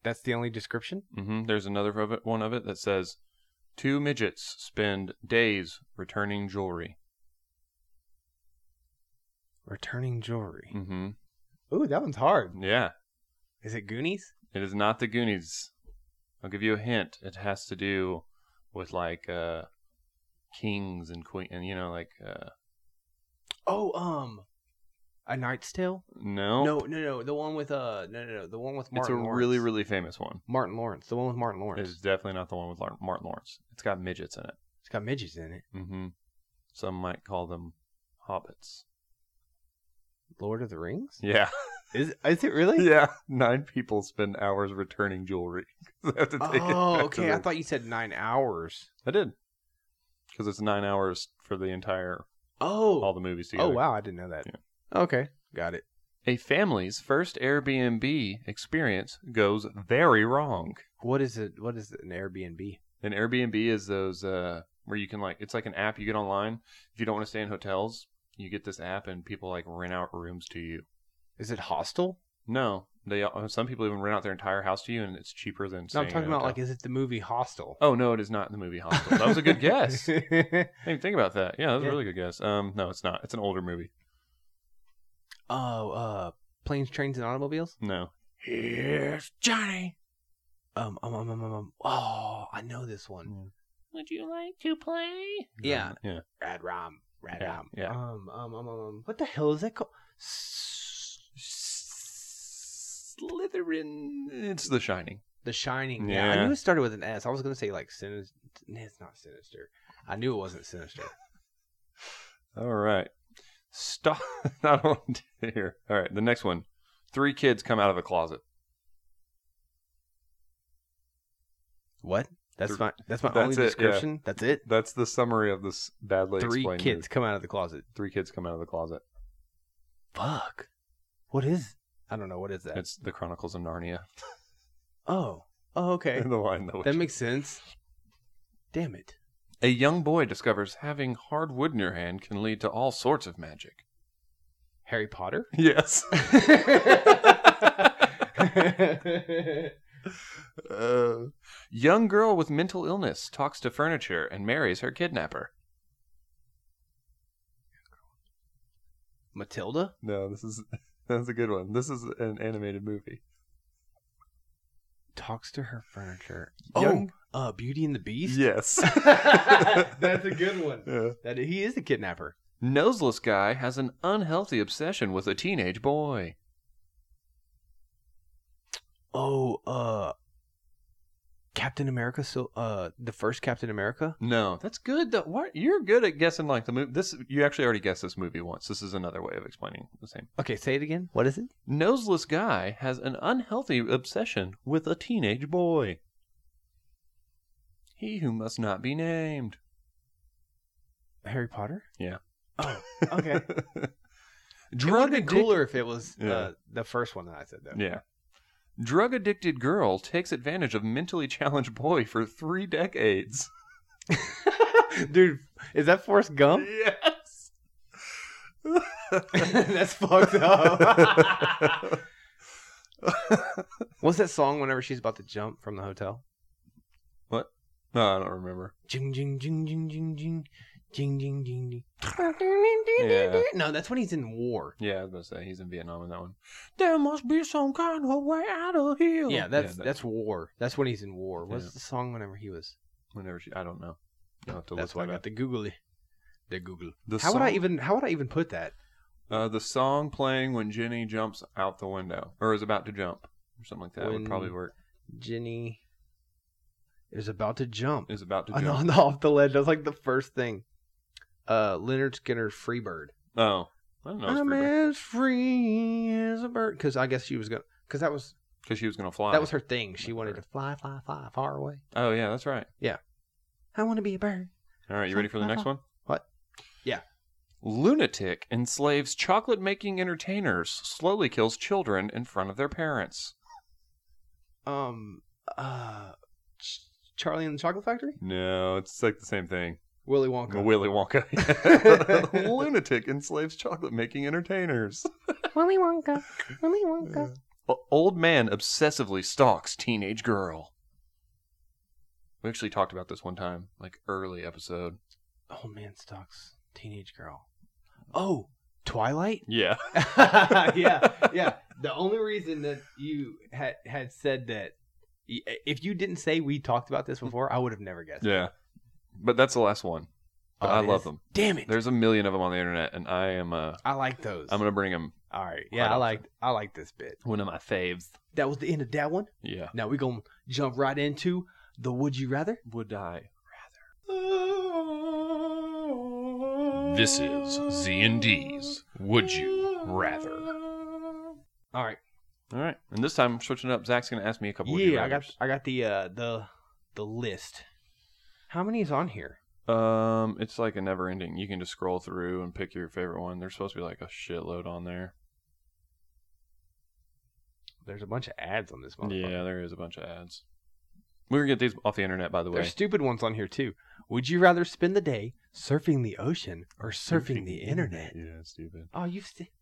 [SPEAKER 4] That's the only description?
[SPEAKER 3] hmm There's another of it, one of it that says, two midgets spend days returning jewelry.
[SPEAKER 4] Returning jewelry.
[SPEAKER 3] hmm
[SPEAKER 4] Ooh, that one's hard.
[SPEAKER 3] Yeah.
[SPEAKER 4] Is it Goonies?
[SPEAKER 3] It is not the Goonies. I'll give you a hint. It has to do with like uh kings and queen and you know like uh
[SPEAKER 4] Oh, um A Knight's Tale?
[SPEAKER 3] no.
[SPEAKER 4] No, no, no. The one with uh no no no the one with Martin
[SPEAKER 3] it's a
[SPEAKER 4] Lawrence.
[SPEAKER 3] really really famous one.
[SPEAKER 4] Martin Lawrence. The one with Martin Lawrence.
[SPEAKER 3] It's definitely not the one with Lar- Martin Lawrence. It's got midgets in it.
[SPEAKER 4] it's got midgets in it.
[SPEAKER 3] Mhm. Some might call them hobbits.
[SPEAKER 4] Lord of the Rings?
[SPEAKER 3] Yeah. [laughs]
[SPEAKER 4] Is is it really?
[SPEAKER 3] yeah. 9 people spend hours returning jewelry. [laughs] They have to take it
[SPEAKER 4] [laughs] Oh,
[SPEAKER 3] back to
[SPEAKER 4] okay. I
[SPEAKER 3] their-
[SPEAKER 4] thought you said nine hours.
[SPEAKER 3] I did. Cuz it's 9 hours for the entire
[SPEAKER 4] Oh.
[SPEAKER 3] all the movies together.
[SPEAKER 4] oh wow, I didn't know that. Okay, got it.
[SPEAKER 3] A family's first Airbnb experience goes very wrong.
[SPEAKER 4] What is it? What is an Airbnb?
[SPEAKER 3] And Airbnb is those uh, where you can like it's like an app you get online. If you don't want to stay in hotels, you get this app and people like rent out rooms to you.
[SPEAKER 4] Is it hostel?
[SPEAKER 3] No, they some people even rent out their entire house to you, and it's cheaper than.
[SPEAKER 4] No,
[SPEAKER 3] Staying
[SPEAKER 4] I'm talking
[SPEAKER 3] in a
[SPEAKER 4] about like
[SPEAKER 3] hotel.
[SPEAKER 4] is it the movie Hostel?
[SPEAKER 3] Oh no, it is not in the movie Hostel. That was a
[SPEAKER 4] [laughs]
[SPEAKER 3] good guess. I didn't even think about that. Yeah, that was
[SPEAKER 4] Yeah.
[SPEAKER 3] a really good guess. Um, no, it's not. It's an older movie.
[SPEAKER 4] oh, uh, planes, trains, and automobiles.
[SPEAKER 3] No. Here's Johnny.
[SPEAKER 4] Um, um, um, um, um, um. Oh, I know this one.
[SPEAKER 3] Mm. Would you like to play?
[SPEAKER 4] Yeah.
[SPEAKER 3] Yeah.
[SPEAKER 4] Rad Rom, Rad
[SPEAKER 3] Yeah,
[SPEAKER 4] Rom.
[SPEAKER 3] yeah.
[SPEAKER 4] Um, um, um, um, um. What the hell is that called? S-
[SPEAKER 3] Slytherin. It's The Shining.
[SPEAKER 4] The Shining. Yeah. I
[SPEAKER 3] Yeah.
[SPEAKER 4] knew it started with an S. I was gonna say like sinister. It's not sinister. I knew it wasn't sinister.
[SPEAKER 3] All right. Stop. [laughs] Not on here. All right. The next one. Three kids come out of a closet.
[SPEAKER 4] What? That's
[SPEAKER 3] Thr-
[SPEAKER 4] my that's my
[SPEAKER 3] that's
[SPEAKER 4] only
[SPEAKER 3] it, yeah.
[SPEAKER 4] description. That's it.
[SPEAKER 3] That's the summary of this badly
[SPEAKER 4] Three
[SPEAKER 3] explained.
[SPEAKER 4] kids
[SPEAKER 3] movie.
[SPEAKER 4] come out of the closet.
[SPEAKER 3] Three kids come out of the closet.
[SPEAKER 4] Fuck. What is? I don't know. What is that?
[SPEAKER 3] It's the Chronicles of Narnia. [laughs]
[SPEAKER 4] oh. Oh, okay.
[SPEAKER 3] the line that
[SPEAKER 4] that makes sense. Damn it.
[SPEAKER 3] A young boy discovers having hard wood in your hand can lead to all sorts of magic. [laughs]
[SPEAKER 4] Harry Potter.
[SPEAKER 3] Yes.
[SPEAKER 4] That's
[SPEAKER 3] Uh, young girl with mental illness talks to furniture and marries her kidnapper.
[SPEAKER 4] [laughs] Matilda?
[SPEAKER 3] No, this is [laughs] that's a good one. This is an animated movie.
[SPEAKER 4] Talks to her furniture.
[SPEAKER 3] Young-
[SPEAKER 4] Oh, uh, Beauty and the Beast?
[SPEAKER 3] Yes.
[SPEAKER 4] [laughs]
[SPEAKER 3] [laughs]
[SPEAKER 4] That's a good one.
[SPEAKER 3] Yeah.
[SPEAKER 4] That He is the kidnapper.
[SPEAKER 3] Noseless guy has an unhealthy obsession with a teenage boy.
[SPEAKER 4] Oh, uh, Captain America, so, uh, the first Captain America?
[SPEAKER 3] No, that's good though. What you're good at guessing like the movie. This you actually already guessed this movie once. This is another way of explaining the same.
[SPEAKER 4] Okay, say it again. What is it?
[SPEAKER 3] Noseless guy has an unhealthy obsession with a teenage boy. He who must not be named.
[SPEAKER 4] Harry Potter?
[SPEAKER 3] Yeah.
[SPEAKER 4] [laughs] Oh, okay. it would
[SPEAKER 3] Drug
[SPEAKER 4] have been
[SPEAKER 3] addicted.
[SPEAKER 4] cooler if it was
[SPEAKER 3] Yeah.
[SPEAKER 4] uh, the first one that I said, though.
[SPEAKER 3] Yeah. Drug addicted girl takes advantage of mentally challenged boy for three decades.
[SPEAKER 4] [laughs] Dude, is that Forrest Gump?
[SPEAKER 3] Yes.
[SPEAKER 4] [laughs] That's fucked up. What's that song whenever she's about to jump from the hotel?
[SPEAKER 3] No, I don't remember.
[SPEAKER 4] Jing jing jing jing jing jing jing jing jing jing.
[SPEAKER 3] Yeah.
[SPEAKER 4] [laughs] No, that's when he's in war.
[SPEAKER 3] Yeah, I was gonna say he's in Vietnam in that one. There must be some kind of way out of here.
[SPEAKER 4] Yeah, that's
[SPEAKER 3] that-
[SPEAKER 4] that's war. That's when he's in war. What's
[SPEAKER 3] Yeah.
[SPEAKER 4] the song whenever he was?
[SPEAKER 3] whenever she. I don't know. I'll have to
[SPEAKER 4] That's why I
[SPEAKER 3] look that
[SPEAKER 4] got
[SPEAKER 3] up.
[SPEAKER 4] the googly. The Google.
[SPEAKER 3] The
[SPEAKER 4] How
[SPEAKER 3] song,
[SPEAKER 4] would I even? How would I even put that?
[SPEAKER 3] Uh, the song playing when Jenny jumps out the window or is about to jump or something like that would
[SPEAKER 4] When-
[SPEAKER 3] probably work.
[SPEAKER 4] Jenny is about to jump.
[SPEAKER 3] Is about to
[SPEAKER 4] On,
[SPEAKER 3] jump.
[SPEAKER 4] on the off the ledge. That's like the first thing. Uh, Leonard Skinner, Freebird.
[SPEAKER 3] Oh, I don't know.
[SPEAKER 4] I'm as free as a bird. Because I guess she was gonna. Because that was
[SPEAKER 3] Because she was gonna fly.
[SPEAKER 4] that was her thing. She
[SPEAKER 3] Like
[SPEAKER 4] wanted
[SPEAKER 3] bird.
[SPEAKER 4] to fly, fly, fly far away.
[SPEAKER 3] Oh yeah, that's right.
[SPEAKER 4] I want to be a bird.
[SPEAKER 3] All right, you ready for the next one?
[SPEAKER 4] What? Yeah.
[SPEAKER 3] Lunatic enslaves chocolate making entertainers, slowly kills children in front of their parents.
[SPEAKER 4] Um. Uh. Ch- Charlie and the Chocolate Factory.
[SPEAKER 3] No, it's like the same thing.
[SPEAKER 4] Willy Wonka.
[SPEAKER 3] Willy [laughs] Wonka. Lunatic enslaves chocolate making entertainers.
[SPEAKER 5] Willy Wonka. Willy Wonka.
[SPEAKER 3] O- old man obsessively stalks teenage girl. We actually talked about this one time, like early episode.
[SPEAKER 4] Old Oh, man stalks teenage girl. Oh, Twilight.
[SPEAKER 3] Yeah.
[SPEAKER 4] [laughs] yeah, yeah. The only reason that you had had said that, y- if you didn't say we talked about this before, I would have never guessed.
[SPEAKER 3] Yeah. But that's the last one. But
[SPEAKER 4] Oh,
[SPEAKER 3] I
[SPEAKER 4] it
[SPEAKER 3] love
[SPEAKER 4] is?
[SPEAKER 3] them.
[SPEAKER 4] Damn it!
[SPEAKER 3] There's a million of them on the internet, and I am uh,
[SPEAKER 4] I like those.
[SPEAKER 3] I'm gonna bring them.
[SPEAKER 4] All right.
[SPEAKER 3] Quite
[SPEAKER 4] Yeah, I
[SPEAKER 3] often.
[SPEAKER 4] liked I like this bit.
[SPEAKER 3] One of my faves.
[SPEAKER 4] That was the end of that one.
[SPEAKER 3] Yeah.
[SPEAKER 4] Now we're gonna jump right into the would you rather.
[SPEAKER 3] Would I?
[SPEAKER 6] This is Z&D's Would You Rather.
[SPEAKER 4] All right.
[SPEAKER 3] All right. And this time I'm switching it up. Zach's gonna ask me a couple. would you
[SPEAKER 4] yeah, I got
[SPEAKER 3] rathers.
[SPEAKER 4] I got the uh the the list. How many is on here?
[SPEAKER 3] Um, it's like a never ending. You can just scroll through and pick your favorite one. There's supposed to be like a shitload on there.
[SPEAKER 4] There's a bunch of ads on this one.
[SPEAKER 3] Yeah, there is a bunch of ads. We are gonna get these off the internet, by the way.
[SPEAKER 4] There's stupid ones on here too. Would you rather spend the day surfing the ocean or surfing, the internet?
[SPEAKER 3] Yeah, stupid.
[SPEAKER 4] Oh, you've se-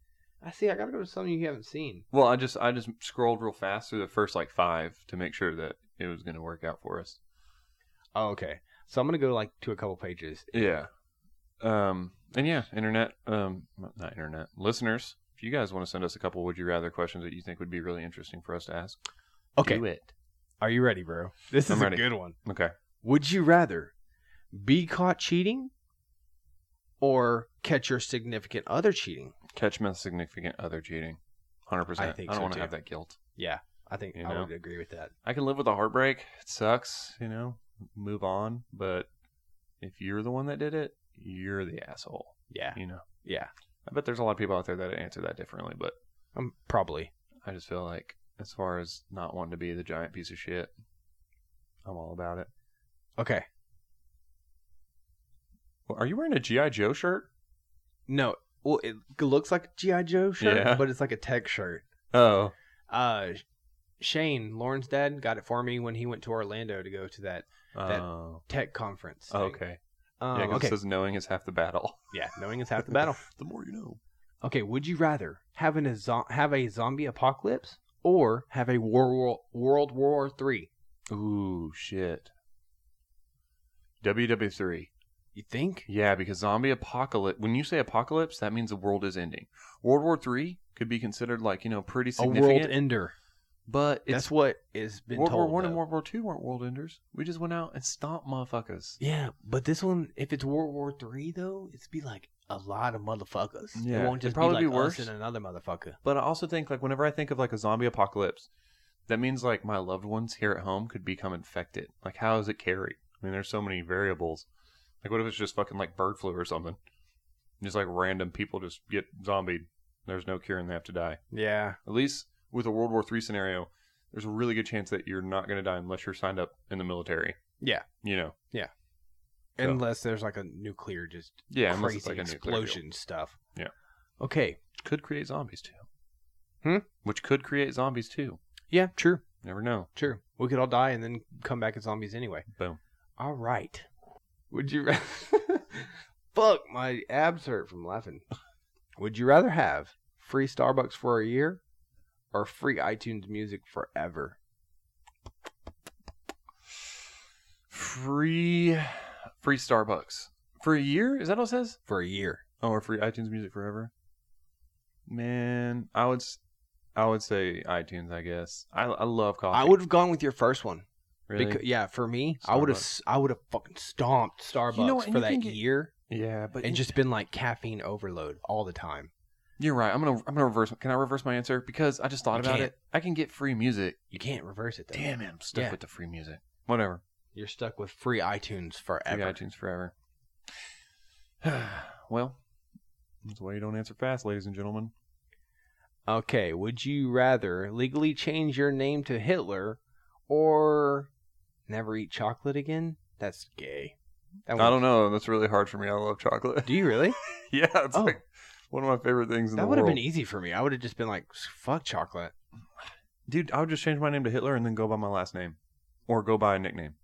[SPEAKER 4] I see. I gotta go to something you haven't seen.
[SPEAKER 3] Well, I just I just scrolled real fast through the first like five to make sure that it was gonna work out for us.
[SPEAKER 4] Oh, okay. So I'm gonna go like to a couple pages.
[SPEAKER 3] Yeah. Um, and yeah, internet, um, not internet, listeners, if you guys want to send us a couple would you rather questions that you think would be really interesting for us to ask,
[SPEAKER 4] Okay.
[SPEAKER 3] do it.
[SPEAKER 4] Are you ready, bro? This
[SPEAKER 3] I'm
[SPEAKER 4] is
[SPEAKER 3] ready.
[SPEAKER 4] a good one.
[SPEAKER 3] Okay.
[SPEAKER 4] Would you rather be caught cheating or catch your significant other cheating?
[SPEAKER 3] Catch my significant other cheating. 100%.
[SPEAKER 4] I think
[SPEAKER 3] don't
[SPEAKER 4] so,
[SPEAKER 3] want to
[SPEAKER 4] too.
[SPEAKER 3] have that guilt.
[SPEAKER 4] Yeah, I think
[SPEAKER 3] You
[SPEAKER 4] I
[SPEAKER 3] know?
[SPEAKER 4] would agree with that.
[SPEAKER 3] I can live with a heartbreak. It sucks, you know, move on. But if you're the one that did it, you're the asshole,
[SPEAKER 4] Yeah,
[SPEAKER 3] you know.
[SPEAKER 4] yeah.
[SPEAKER 3] I bet there's a lot of people out there that answer that differently, but
[SPEAKER 4] Um, probably.
[SPEAKER 3] I just feel like, as far as not wanting to be the giant piece of shit, I'm all about it.
[SPEAKER 4] Okay.
[SPEAKER 3] Well, are you wearing a GI Joe shirt?
[SPEAKER 4] No, well, it looks like a GI Joe shirt,
[SPEAKER 3] Yeah.
[SPEAKER 4] but it's like a tech shirt.
[SPEAKER 3] Oh,
[SPEAKER 4] Uh, Shane, Lauren's dad, got it for me when he went to Orlando to go to that That-
[SPEAKER 3] oh,
[SPEAKER 4] tech conference. thing.
[SPEAKER 3] okay.
[SPEAKER 4] Um,
[SPEAKER 3] yeah, 'cause
[SPEAKER 4] okay.
[SPEAKER 3] it says knowing is half the battle.
[SPEAKER 4] yeah, knowing is [laughs]
[SPEAKER 3] [laughs]
[SPEAKER 4] half the battle.
[SPEAKER 3] The more you know.
[SPEAKER 4] Okay, would you rather have an a zo- have a zombie apocalypse or have a World War World War Three.
[SPEAKER 3] Ooh, shit. WW3.
[SPEAKER 4] You think?
[SPEAKER 3] Yeah, because zombie apocalypse. When you say apocalypse, that means the world is ending. World War Three could be considered like you know pretty
[SPEAKER 4] A world
[SPEAKER 3] significant,
[SPEAKER 4] ender.
[SPEAKER 3] but it's
[SPEAKER 4] That's what is been
[SPEAKER 3] World
[SPEAKER 4] told.
[SPEAKER 3] War One and
[SPEAKER 4] though.
[SPEAKER 3] World War Two weren't world enders. We just went out and stomped motherfuckers.
[SPEAKER 4] Yeah, but this one, if it's World War Three though, it's be like a lot of motherfuckers.
[SPEAKER 3] Yeah,
[SPEAKER 4] it won't
[SPEAKER 3] it'd
[SPEAKER 4] just
[SPEAKER 3] probably
[SPEAKER 4] be
[SPEAKER 3] be
[SPEAKER 4] like
[SPEAKER 3] worse.
[SPEAKER 4] us and another motherfucker.
[SPEAKER 3] But I also think like whenever I think of like a zombie apocalypse, that means like my loved ones here at home could become infected. Like how is it carried? I mean, there's so many variables. Like what if it's just fucking like bird flu or something? Just like random people just get zombied. There's no cure and they have to die.
[SPEAKER 4] Yeah,
[SPEAKER 3] At least with a World War III scenario, there's a really good chance that you're not going to die unless you're signed up in the military.
[SPEAKER 4] Yeah.
[SPEAKER 3] You know.
[SPEAKER 4] Yeah.
[SPEAKER 3] So,
[SPEAKER 4] unless there's like a nuclear just
[SPEAKER 3] yeah, unless
[SPEAKER 4] crazy
[SPEAKER 3] it's like a nuclear deal.
[SPEAKER 4] explosion stuff.
[SPEAKER 3] Yeah.
[SPEAKER 4] Okay.
[SPEAKER 3] could create zombies too.
[SPEAKER 4] Hmm?
[SPEAKER 3] Which could create zombies too.
[SPEAKER 4] Yeah. True.
[SPEAKER 3] Never know.
[SPEAKER 4] True. We could all die and then come back as zombies anyway.
[SPEAKER 3] Boom.
[SPEAKER 4] All right. Would you? ra- [laughs] Fuck, my abs hurt from laughing. Would you rather have free Starbucks for a year or free iTunes music forever?
[SPEAKER 3] Free, free Starbucks for a year. Is that all it says?
[SPEAKER 4] For a year.
[SPEAKER 3] Oh, or free iTunes Music forever. Man, I would, s- I would say iTunes. I guess I, I love coffee.
[SPEAKER 4] I would have gone with your first one.
[SPEAKER 3] really.
[SPEAKER 4] Becau- yeah, for me, I would have
[SPEAKER 3] Starbucks.
[SPEAKER 4] I would have fucking stomped Starbucks
[SPEAKER 3] what, and
[SPEAKER 4] for
[SPEAKER 3] you can
[SPEAKER 4] that
[SPEAKER 3] get-
[SPEAKER 4] year
[SPEAKER 3] yeah, but
[SPEAKER 4] and just been like caffeine overload all the time.
[SPEAKER 3] You're right. I'm gonna I'm gonna reverse. Can I reverse my answer? Because I just thought
[SPEAKER 4] You
[SPEAKER 3] about
[SPEAKER 4] can't.
[SPEAKER 3] it. I can get free music.
[SPEAKER 4] You can't reverse it though.
[SPEAKER 3] Damn it! I'm stuck
[SPEAKER 4] Yeah.
[SPEAKER 3] with the free music. Whatever.
[SPEAKER 4] You're stuck with free iTunes forever.
[SPEAKER 3] Free iTunes forever. [sighs] well, that's why you don't answer fast, ladies and gentlemen.
[SPEAKER 4] Okay, would you rather legally change your name to Hitler or never eat chocolate again? That's gay.
[SPEAKER 3] I
[SPEAKER 4] That one-
[SPEAKER 3] don't know. That's really hard for me. I love chocolate. [laughs]
[SPEAKER 4] Do you [laughs] really?
[SPEAKER 3] yeah, it's
[SPEAKER 4] Oh.
[SPEAKER 3] like one of my favorite things in
[SPEAKER 4] that
[SPEAKER 3] the
[SPEAKER 4] would
[SPEAKER 3] world.
[SPEAKER 4] have been easy for me. I would have just been like, fuck chocolate.
[SPEAKER 3] e-, Dude, I would just change my name to Hitler and then go by my last name, or go by a nickname.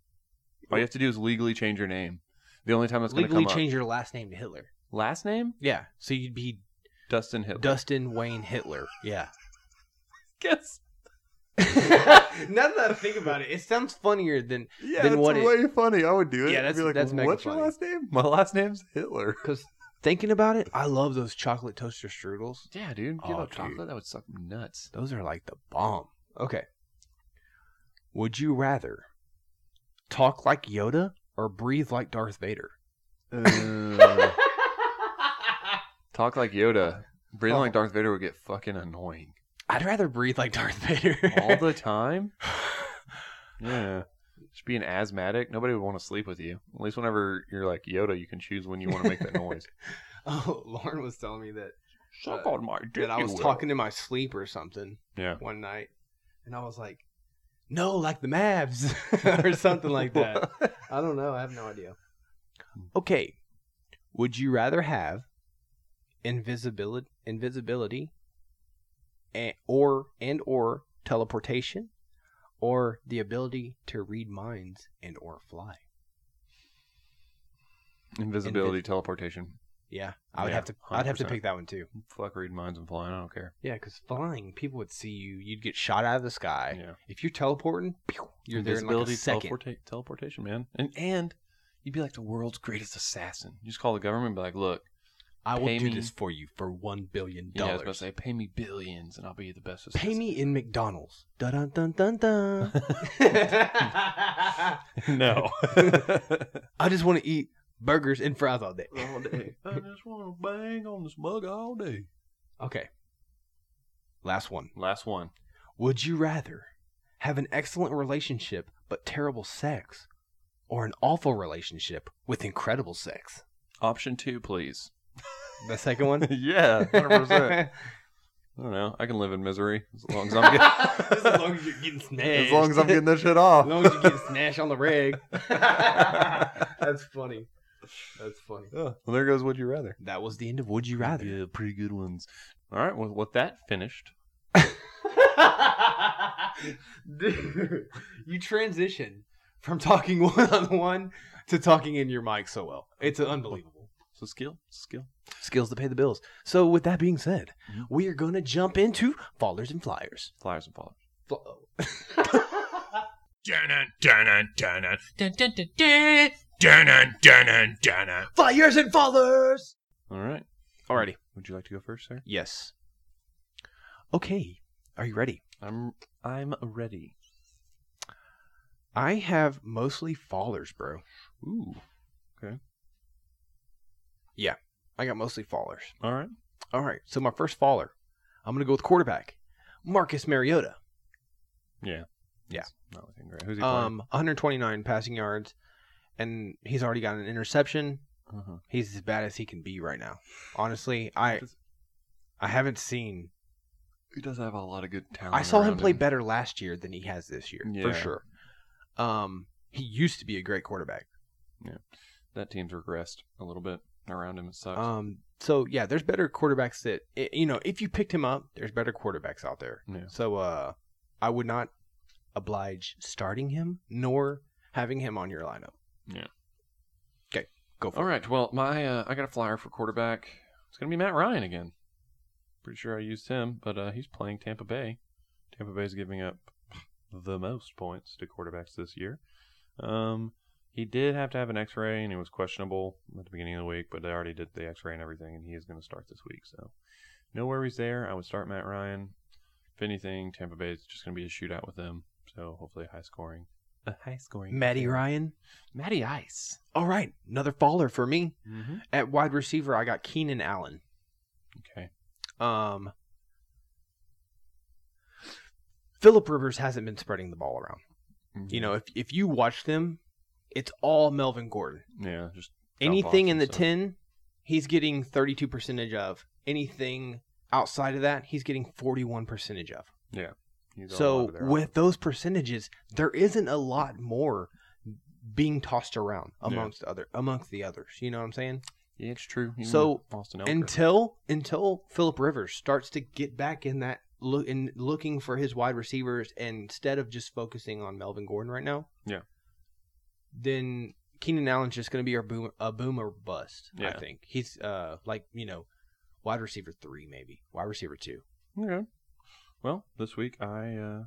[SPEAKER 3] All you have to do is legally change your name. The only time it's going to
[SPEAKER 4] Legally
[SPEAKER 3] come
[SPEAKER 4] change your last name to Hitler.
[SPEAKER 3] up. Last name
[SPEAKER 4] Yeah. So you'd be
[SPEAKER 3] Dustin Hitler.
[SPEAKER 4] Dustin Wayne Hitler. Yeah.
[SPEAKER 3] Guess.
[SPEAKER 4] [laughs] now that I think about it, it sounds funnier than
[SPEAKER 3] Yeah,
[SPEAKER 4] Then
[SPEAKER 3] that's
[SPEAKER 4] what it-
[SPEAKER 3] way funny. I would do it.
[SPEAKER 4] Yeah,
[SPEAKER 3] I'd
[SPEAKER 4] that's-
[SPEAKER 3] be like,
[SPEAKER 4] that's mega
[SPEAKER 3] what's your
[SPEAKER 4] funny.
[SPEAKER 3] last name? My last name's Hitler.
[SPEAKER 4] because thinking about it, I love those chocolate toaster strudels.
[SPEAKER 3] Yeah, dude.
[SPEAKER 4] give out chocolate,
[SPEAKER 3] that would suck nuts.
[SPEAKER 4] Those are like the bomb. Okay. Would you rather talk like Yoda or breathe like Darth Vader?
[SPEAKER 3] Uh,
[SPEAKER 4] [laughs]
[SPEAKER 3] talk like Yoda. Breathing
[SPEAKER 4] Oh.
[SPEAKER 3] like Darth Vader would get fucking annoying
[SPEAKER 4] I'd rather breathe like Darth Vader.
[SPEAKER 3] all the time. Yeah. Just being asthmatic, nobody would want to sleep with you. At least whenever you're like Yoda, you can choose when you want to make that
[SPEAKER 4] [laughs]
[SPEAKER 3] noise.
[SPEAKER 4] [laughs] oh, Lauren was telling me that
[SPEAKER 3] Suck on my dick.
[SPEAKER 4] that I
[SPEAKER 3] you
[SPEAKER 4] was
[SPEAKER 3] will.
[SPEAKER 4] talking in my sleep or something
[SPEAKER 3] Yeah.
[SPEAKER 4] one night, and I was like, "No, like the Mavs [laughs] or something like [laughs] that." I don't know. I have no idea. Okay, would you rather have invisibility, invisibility, and, or and or teleportation, or the ability to read minds and or fly?
[SPEAKER 3] Invisibility,
[SPEAKER 4] Invis-
[SPEAKER 3] teleportation.
[SPEAKER 4] Yeah, I would
[SPEAKER 3] Yeah,
[SPEAKER 4] have to. i would have to
[SPEAKER 3] 100%.
[SPEAKER 4] pick that one too.
[SPEAKER 3] Fuck reading minds and flying. I don't care.
[SPEAKER 4] Yeah, because flying, people would see you. You'd get shot out of the sky.
[SPEAKER 3] Yeah.
[SPEAKER 4] If you're teleporting, pew, you're there in like a
[SPEAKER 3] Invisibility,
[SPEAKER 4] second.
[SPEAKER 3] teleporta- teleportation, man. And and you'd be like the world's greatest assassin. You just call the government and be like, look,
[SPEAKER 4] I will
[SPEAKER 3] Pay
[SPEAKER 4] do
[SPEAKER 3] me-
[SPEAKER 4] this for you for one billion
[SPEAKER 3] you know, I was about to
[SPEAKER 4] dollars.
[SPEAKER 3] say, pay me billions and I'll be the best assassin.
[SPEAKER 4] Pay me in McDonald's. Dun dun dun dun
[SPEAKER 3] [laughs]
[SPEAKER 4] dun. [laughs]
[SPEAKER 3] no.
[SPEAKER 4] I just want to eat burgers and fries all day.
[SPEAKER 3] all day. [laughs] I just want to bang on this mug all day.
[SPEAKER 4] Okay. Last one.
[SPEAKER 3] Last one.
[SPEAKER 4] Would you rather have an excellent relationship but terrible sex, or an awful relationship with incredible sex?
[SPEAKER 3] Option two, please.
[SPEAKER 4] The second [laughs] one.
[SPEAKER 3] [laughs] yeah, 100%. [laughs] I don't know. I can live in misery as long as I'm getting,
[SPEAKER 4] Just [laughs] as long as you're getting snatched.
[SPEAKER 3] as long [laughs] as I'm getting that shit off.
[SPEAKER 4] As long as you get snatched on the rig. [laughs] That's funny. That's funny.
[SPEAKER 3] Oh, well, there goes Would You Rather.
[SPEAKER 4] That was the end of Would You Rather.
[SPEAKER 3] Yeah, pretty good ones. All right, well, with that finished,
[SPEAKER 4] [laughs] Dude, you transition from [laughs] talking one on one to talking in your mic so well. It's unbelievable.
[SPEAKER 3] so skill, skill,
[SPEAKER 4] skills to pay the bills. So, with that being said, we are going to jump into Fallers and Flyers.
[SPEAKER 3] Flyers and Fallers.
[SPEAKER 4] Fl- oh.
[SPEAKER 6] Dun-dun, dun-dun, dun-dun. Dun-dun-dun-dun. Dun-dun, dun-dun, dun-dun.
[SPEAKER 4] [laughs] Flyers and Fallers!
[SPEAKER 3] All right.
[SPEAKER 4] Alrighty.
[SPEAKER 3] Would you like to go first, sir?
[SPEAKER 4] Yes. Okay. Are you ready?
[SPEAKER 3] I'm I'm ready.
[SPEAKER 4] I have mostly Fallers, bro.
[SPEAKER 3] Ooh.
[SPEAKER 4] I got mostly Fallers.
[SPEAKER 3] All right.
[SPEAKER 4] All right. So, my first Faller, I'm going to go with quarterback, Marcus Mariota.
[SPEAKER 3] Not looking great. Who's he
[SPEAKER 4] Um, 129 passing yards, and he's already got an interception.
[SPEAKER 3] playing? Uh-huh.
[SPEAKER 4] He's as bad as he can be right now. Honestly, I I haven't seen.
[SPEAKER 3] He does have a lot of good talent.
[SPEAKER 4] I saw him
[SPEAKER 3] around
[SPEAKER 4] play better last year than he has this year,
[SPEAKER 3] Yeah.
[SPEAKER 4] for sure. Um, he used to be a great quarterback.
[SPEAKER 3] That team's regressed a little bit around him. It sucks.
[SPEAKER 4] Um, so yeah, there's better quarterbacks that i- you know. If you picked him up, there's better quarterbacks out there.
[SPEAKER 3] Yeah.
[SPEAKER 4] So uh, I would not oblige starting him nor having him on your lineup.
[SPEAKER 3] Yeah.
[SPEAKER 4] Okay, go for
[SPEAKER 3] All right. Well, my uh, I got a flyer for quarterback. It's gonna be Matt Ryan again. Pretty sure I used him, but uh, he's playing Tampa Bay. Tampa Bay's giving up the most points to quarterbacks this year. Um, he did have to have an X-ray, and he was questionable at the beginning of the week, but they already did the X-ray and everything, and he is going to start this week. So, no worries there. I would start Matt Ryan. If anything, Tampa Bay's just going to be a shootout with them. So hopefully, high scoring. A high
[SPEAKER 4] it.
[SPEAKER 3] scoring.
[SPEAKER 4] Matty Ryan.
[SPEAKER 3] Matty Ice.
[SPEAKER 4] All right, another faller for me.
[SPEAKER 3] Mm-hmm.
[SPEAKER 4] At wide receiver, I got Keenan Allen.
[SPEAKER 3] Okay.
[SPEAKER 4] Um, Philip Rivers hasn't been spreading the ball around. You know, if if you watch them, it's all Melvin Gordon.
[SPEAKER 3] Yeah, just
[SPEAKER 4] Anything
[SPEAKER 3] off
[SPEAKER 4] in the
[SPEAKER 3] and stuff.
[SPEAKER 4] ten, he's getting thirty two percentage of. Anything outside of that, he's getting forty one percentage of.
[SPEAKER 3] he's all
[SPEAKER 4] So
[SPEAKER 3] over there.
[SPEAKER 4] with those percentages, there isn't a lot more being tossed around
[SPEAKER 3] Yeah.
[SPEAKER 4] amongst other amongst the others. You know what I'm saying?
[SPEAKER 3] yeah, it's true. Even
[SPEAKER 4] So,
[SPEAKER 3] with Austin Elker.
[SPEAKER 4] until until Philip Rivers starts to get back in that look in looking for his wide receivers instead of just focusing on Melvin Gordon right now.
[SPEAKER 3] Yeah.
[SPEAKER 4] Then Keenan Allen's just going to be our boom a boomer bust.
[SPEAKER 3] Yeah.
[SPEAKER 4] I think he's uh like you know wide receiver three maybe wide receiver two.
[SPEAKER 3] okay. Well, this week I uh,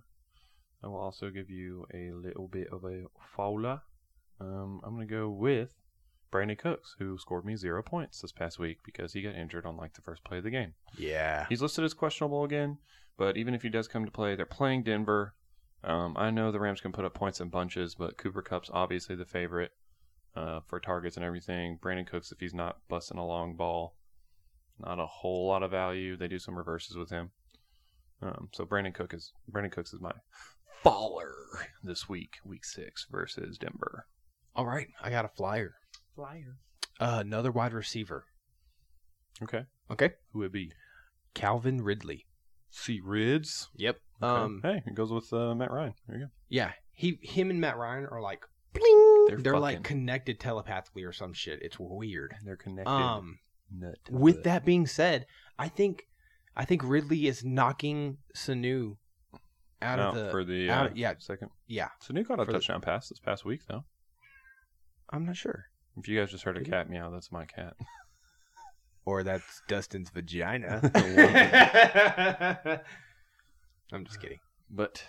[SPEAKER 3] I will also give you a little bit of a fowler. Um, I'm gonna go with Brandon Cooks, who scored me zero points this past week because he got injured on like the first play of the game.
[SPEAKER 4] Yeah.
[SPEAKER 3] He's listed as questionable again, but even if he does come to play, they're playing Denver. Um, I know the Rams can put up points in bunches, but Cooper Cup's obviously the favorite uh, for targets and everything. Brandon Cooks, if he's not busting a long ball, not a whole lot of value. They do some reverses with him. Um, so Brandon Cook is Brandon Cooks is my faller this week, week six versus Denver.
[SPEAKER 4] All right, I got a flyer. Flyer. Uh, another wide receiver.
[SPEAKER 3] Okay,
[SPEAKER 4] Okay.
[SPEAKER 3] who would it be?
[SPEAKER 4] Calvin Ridley.
[SPEAKER 3] C. Rids.
[SPEAKER 4] Yep.
[SPEAKER 3] Okay.
[SPEAKER 4] Um.
[SPEAKER 3] hey, it goes with uh, Matt Ryan. There you go.
[SPEAKER 4] Yeah, he, him, and Matt Ryan are like, bling.
[SPEAKER 3] They're
[SPEAKER 4] They're,
[SPEAKER 3] fucking-
[SPEAKER 4] like connected telepathically or some shit. It's weird.
[SPEAKER 3] They're connected.
[SPEAKER 4] Um,
[SPEAKER 3] Nut.
[SPEAKER 4] with that being said, I think, I think Ridley is knocking Sanu out of
[SPEAKER 3] No,
[SPEAKER 4] the.
[SPEAKER 3] for the
[SPEAKER 4] out
[SPEAKER 3] uh,
[SPEAKER 4] of- yeah.
[SPEAKER 3] second.
[SPEAKER 4] yeah,
[SPEAKER 3] Sanu got a
[SPEAKER 4] For the-
[SPEAKER 3] touchdown pass this past week though.
[SPEAKER 4] I'm not sure.
[SPEAKER 3] If you guys just heard a
[SPEAKER 4] Did he?
[SPEAKER 3] cat meow, that's my cat.
[SPEAKER 4] Or that's Dustin's vagina. [laughs] I'm just kidding.
[SPEAKER 3] But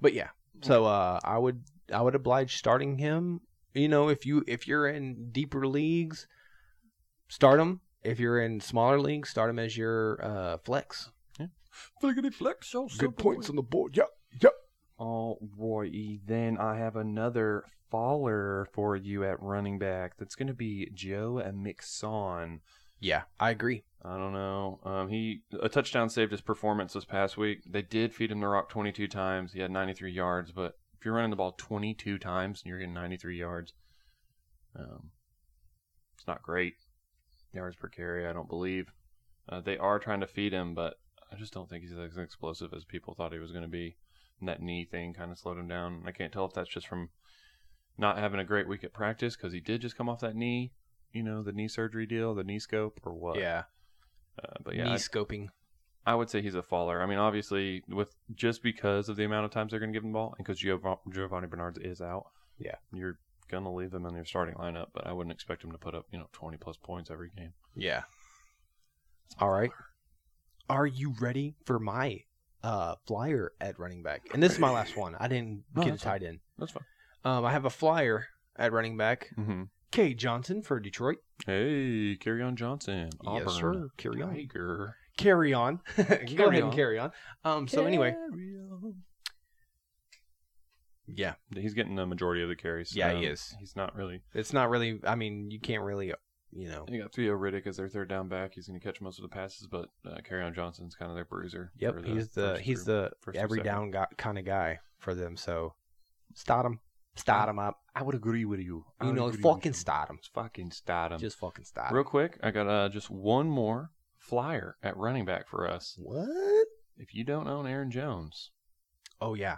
[SPEAKER 4] But yeah, so uh, I would I would oblige starting him. You know, if you if you're in deeper leagues, start him. If you're in smaller leagues, start him as your uh, flex.
[SPEAKER 3] flickety flex, oh,
[SPEAKER 4] on the board. Yeah.
[SPEAKER 3] All righty, then I have another faller for you at running back. That's going to be Joe Mixon.
[SPEAKER 4] Yeah, I agree.
[SPEAKER 3] I don't know. Um, he a touchdown saved his performance this past week. They did feed him the rock 22 times. He had 93 yards, but if you're running the ball 22 times and you're getting 93 yards, um, it's not great. Yards per carry, I don't believe. Uh, they are trying to feed him, but I just don't think he's as explosive as people thought he was going to be. And that knee thing kind of slowed him down. I can't tell if that's just from not having a great week at practice because he did just come off that knee, you know, the knee surgery deal, the knee scope, or what.
[SPEAKER 4] yeah.
[SPEAKER 3] Uh, but yeah,
[SPEAKER 4] knee
[SPEAKER 3] I-
[SPEAKER 4] scoping.
[SPEAKER 3] I, would say he's a faller. I mean, obviously, with just because of the amount of times they're going to give him the ball, and because Giovanni Bernards is out,
[SPEAKER 4] Yeah.
[SPEAKER 3] you're gonna leave him in their starting lineup, but I wouldn't expect him to put up you know twenty plus points every game.
[SPEAKER 4] Yeah. All right. Are you ready for my uh, flyer at running back? And this is my last one. I didn't
[SPEAKER 3] No,
[SPEAKER 4] get it
[SPEAKER 3] that's fine.
[SPEAKER 4] tied in.
[SPEAKER 3] That's fine.
[SPEAKER 4] Um, I have a flyer at running back.
[SPEAKER 3] Mm-hmm.
[SPEAKER 4] K. Johnson for Detroit.
[SPEAKER 3] Hey, carry on Johnson, Auburn,
[SPEAKER 4] Yes, sir. Carry on.
[SPEAKER 3] Tiger.
[SPEAKER 4] Carry on. [laughs] Go
[SPEAKER 3] Carry
[SPEAKER 4] ahead
[SPEAKER 3] on.
[SPEAKER 4] and carry on. Um, so anyway,
[SPEAKER 3] Carry on.
[SPEAKER 4] yeah,
[SPEAKER 3] he's getting the majority of the carries.
[SPEAKER 4] Yeah, he is.
[SPEAKER 3] He's not really.
[SPEAKER 4] it's not really. I mean, you can't really, you know.
[SPEAKER 3] You got Theo Riddick as their third down back. He's going to catch most of the passes, but uh, carry on Johnson's kind of their bruiser. for
[SPEAKER 4] Yep, he's the
[SPEAKER 3] first
[SPEAKER 4] he's
[SPEAKER 3] group.
[SPEAKER 4] the
[SPEAKER 3] first and
[SPEAKER 4] every
[SPEAKER 3] second.
[SPEAKER 4] down guy, kind of guy for them. So start him, start him up.
[SPEAKER 3] I would agree with you. I
[SPEAKER 4] You
[SPEAKER 3] would
[SPEAKER 4] Um, know,
[SPEAKER 3] agree with
[SPEAKER 4] fucking
[SPEAKER 3] you.
[SPEAKER 4] start him.
[SPEAKER 3] It's fucking stardom.
[SPEAKER 4] Just fucking start.
[SPEAKER 3] Real quick, I got uh, just one more flyer at running back for us.
[SPEAKER 4] What?
[SPEAKER 3] If you don't own Aaron Jones,
[SPEAKER 4] Oh yeah,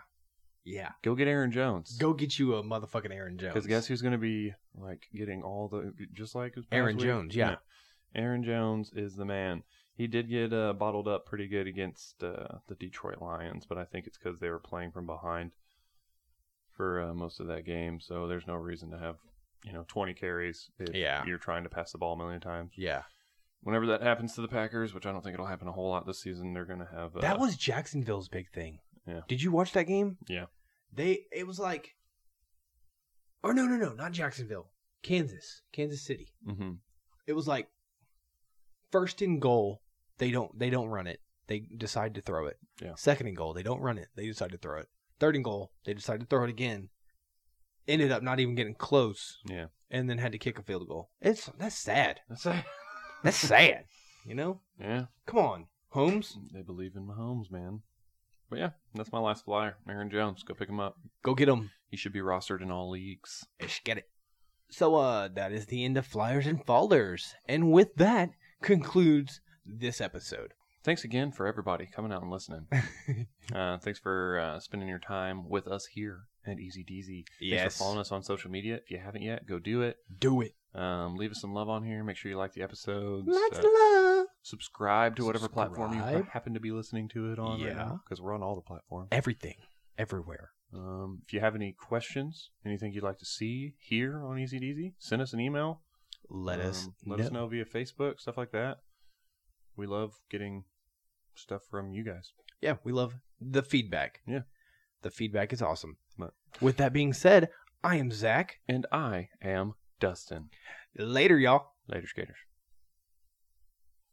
[SPEAKER 4] yeah.
[SPEAKER 3] go get Aaron Jones.
[SPEAKER 4] Go get you a motherfucking Aaron Jones.
[SPEAKER 3] Because guess who's going to be like getting all the just like this past
[SPEAKER 4] Aaron
[SPEAKER 3] week?
[SPEAKER 4] Jones, yeah.
[SPEAKER 3] Aaron Jones is the man. He did get uh, bottled up pretty good against uh, the Detroit Lions, but I think it's because they were playing from behind for uh, most of that game. So there's no reason to have you know 20 carries if
[SPEAKER 4] Yeah.
[SPEAKER 3] you're trying to pass the ball a million times.
[SPEAKER 4] Yeah,
[SPEAKER 3] Whenever that happens to the Packers, which I don't think it'll happen a whole lot this season, they're going to have uh,
[SPEAKER 4] that was Jacksonville's big thing.
[SPEAKER 3] Yeah.
[SPEAKER 4] Did you watch that game?
[SPEAKER 3] Yeah.
[SPEAKER 4] They it was like, or no no no not Jacksonville, Kansas, Kansas City.
[SPEAKER 3] Mhm.
[SPEAKER 4] it was like first and goal they don't they don't run it they decide to throw it
[SPEAKER 3] Yeah.
[SPEAKER 4] second and goal they don't run it they decide to throw it third and goal they decide to throw it again ended up not even getting close
[SPEAKER 3] Yeah.
[SPEAKER 4] and then had to kick a field goal it's that's sad
[SPEAKER 3] That's it.
[SPEAKER 4] that's [laughs] sad you know
[SPEAKER 3] [laughs] Yeah,
[SPEAKER 4] come on holmes
[SPEAKER 3] they believe in Mahomes, man. But yeah, that's my last flyer. Aaron Jones, go pick him up.
[SPEAKER 4] go get him
[SPEAKER 3] He should be rostered in all leagues.
[SPEAKER 4] Let's get it so uh that is the end of flyers and fallers and with that concludes this episode [laughs]
[SPEAKER 3] Thanks again for everybody coming out and listening. uh, thanks for uh, spending your time with us here at Easy Deezy. Thanks
[SPEAKER 4] Yes.
[SPEAKER 3] for following us on social media. If you haven't yet, go do it.
[SPEAKER 4] do it
[SPEAKER 3] Um, leave us some love on here. Make sure you like the episodes.
[SPEAKER 4] lots
[SPEAKER 3] Uh,
[SPEAKER 4] of love
[SPEAKER 3] subscribe to whatever platform you
[SPEAKER 4] Subscribe.
[SPEAKER 3] happen to be listening to it on
[SPEAKER 4] Yeah.
[SPEAKER 3] because we're on all the platforms.
[SPEAKER 4] everything everywhere
[SPEAKER 3] Um, if you have any questions, anything you'd like to see here on Easy Deezy, send us an email.
[SPEAKER 4] let us
[SPEAKER 3] Um, let us know via Facebook, stuff like that. We love getting stuff from you guys.
[SPEAKER 4] Yeah, we love the feedback.
[SPEAKER 3] Yeah.
[SPEAKER 4] The feedback is awesome.
[SPEAKER 3] But-
[SPEAKER 4] With that being said, I am Zach.
[SPEAKER 3] And I am Dustin.
[SPEAKER 4] Later, y'all.
[SPEAKER 3] Later, skaters.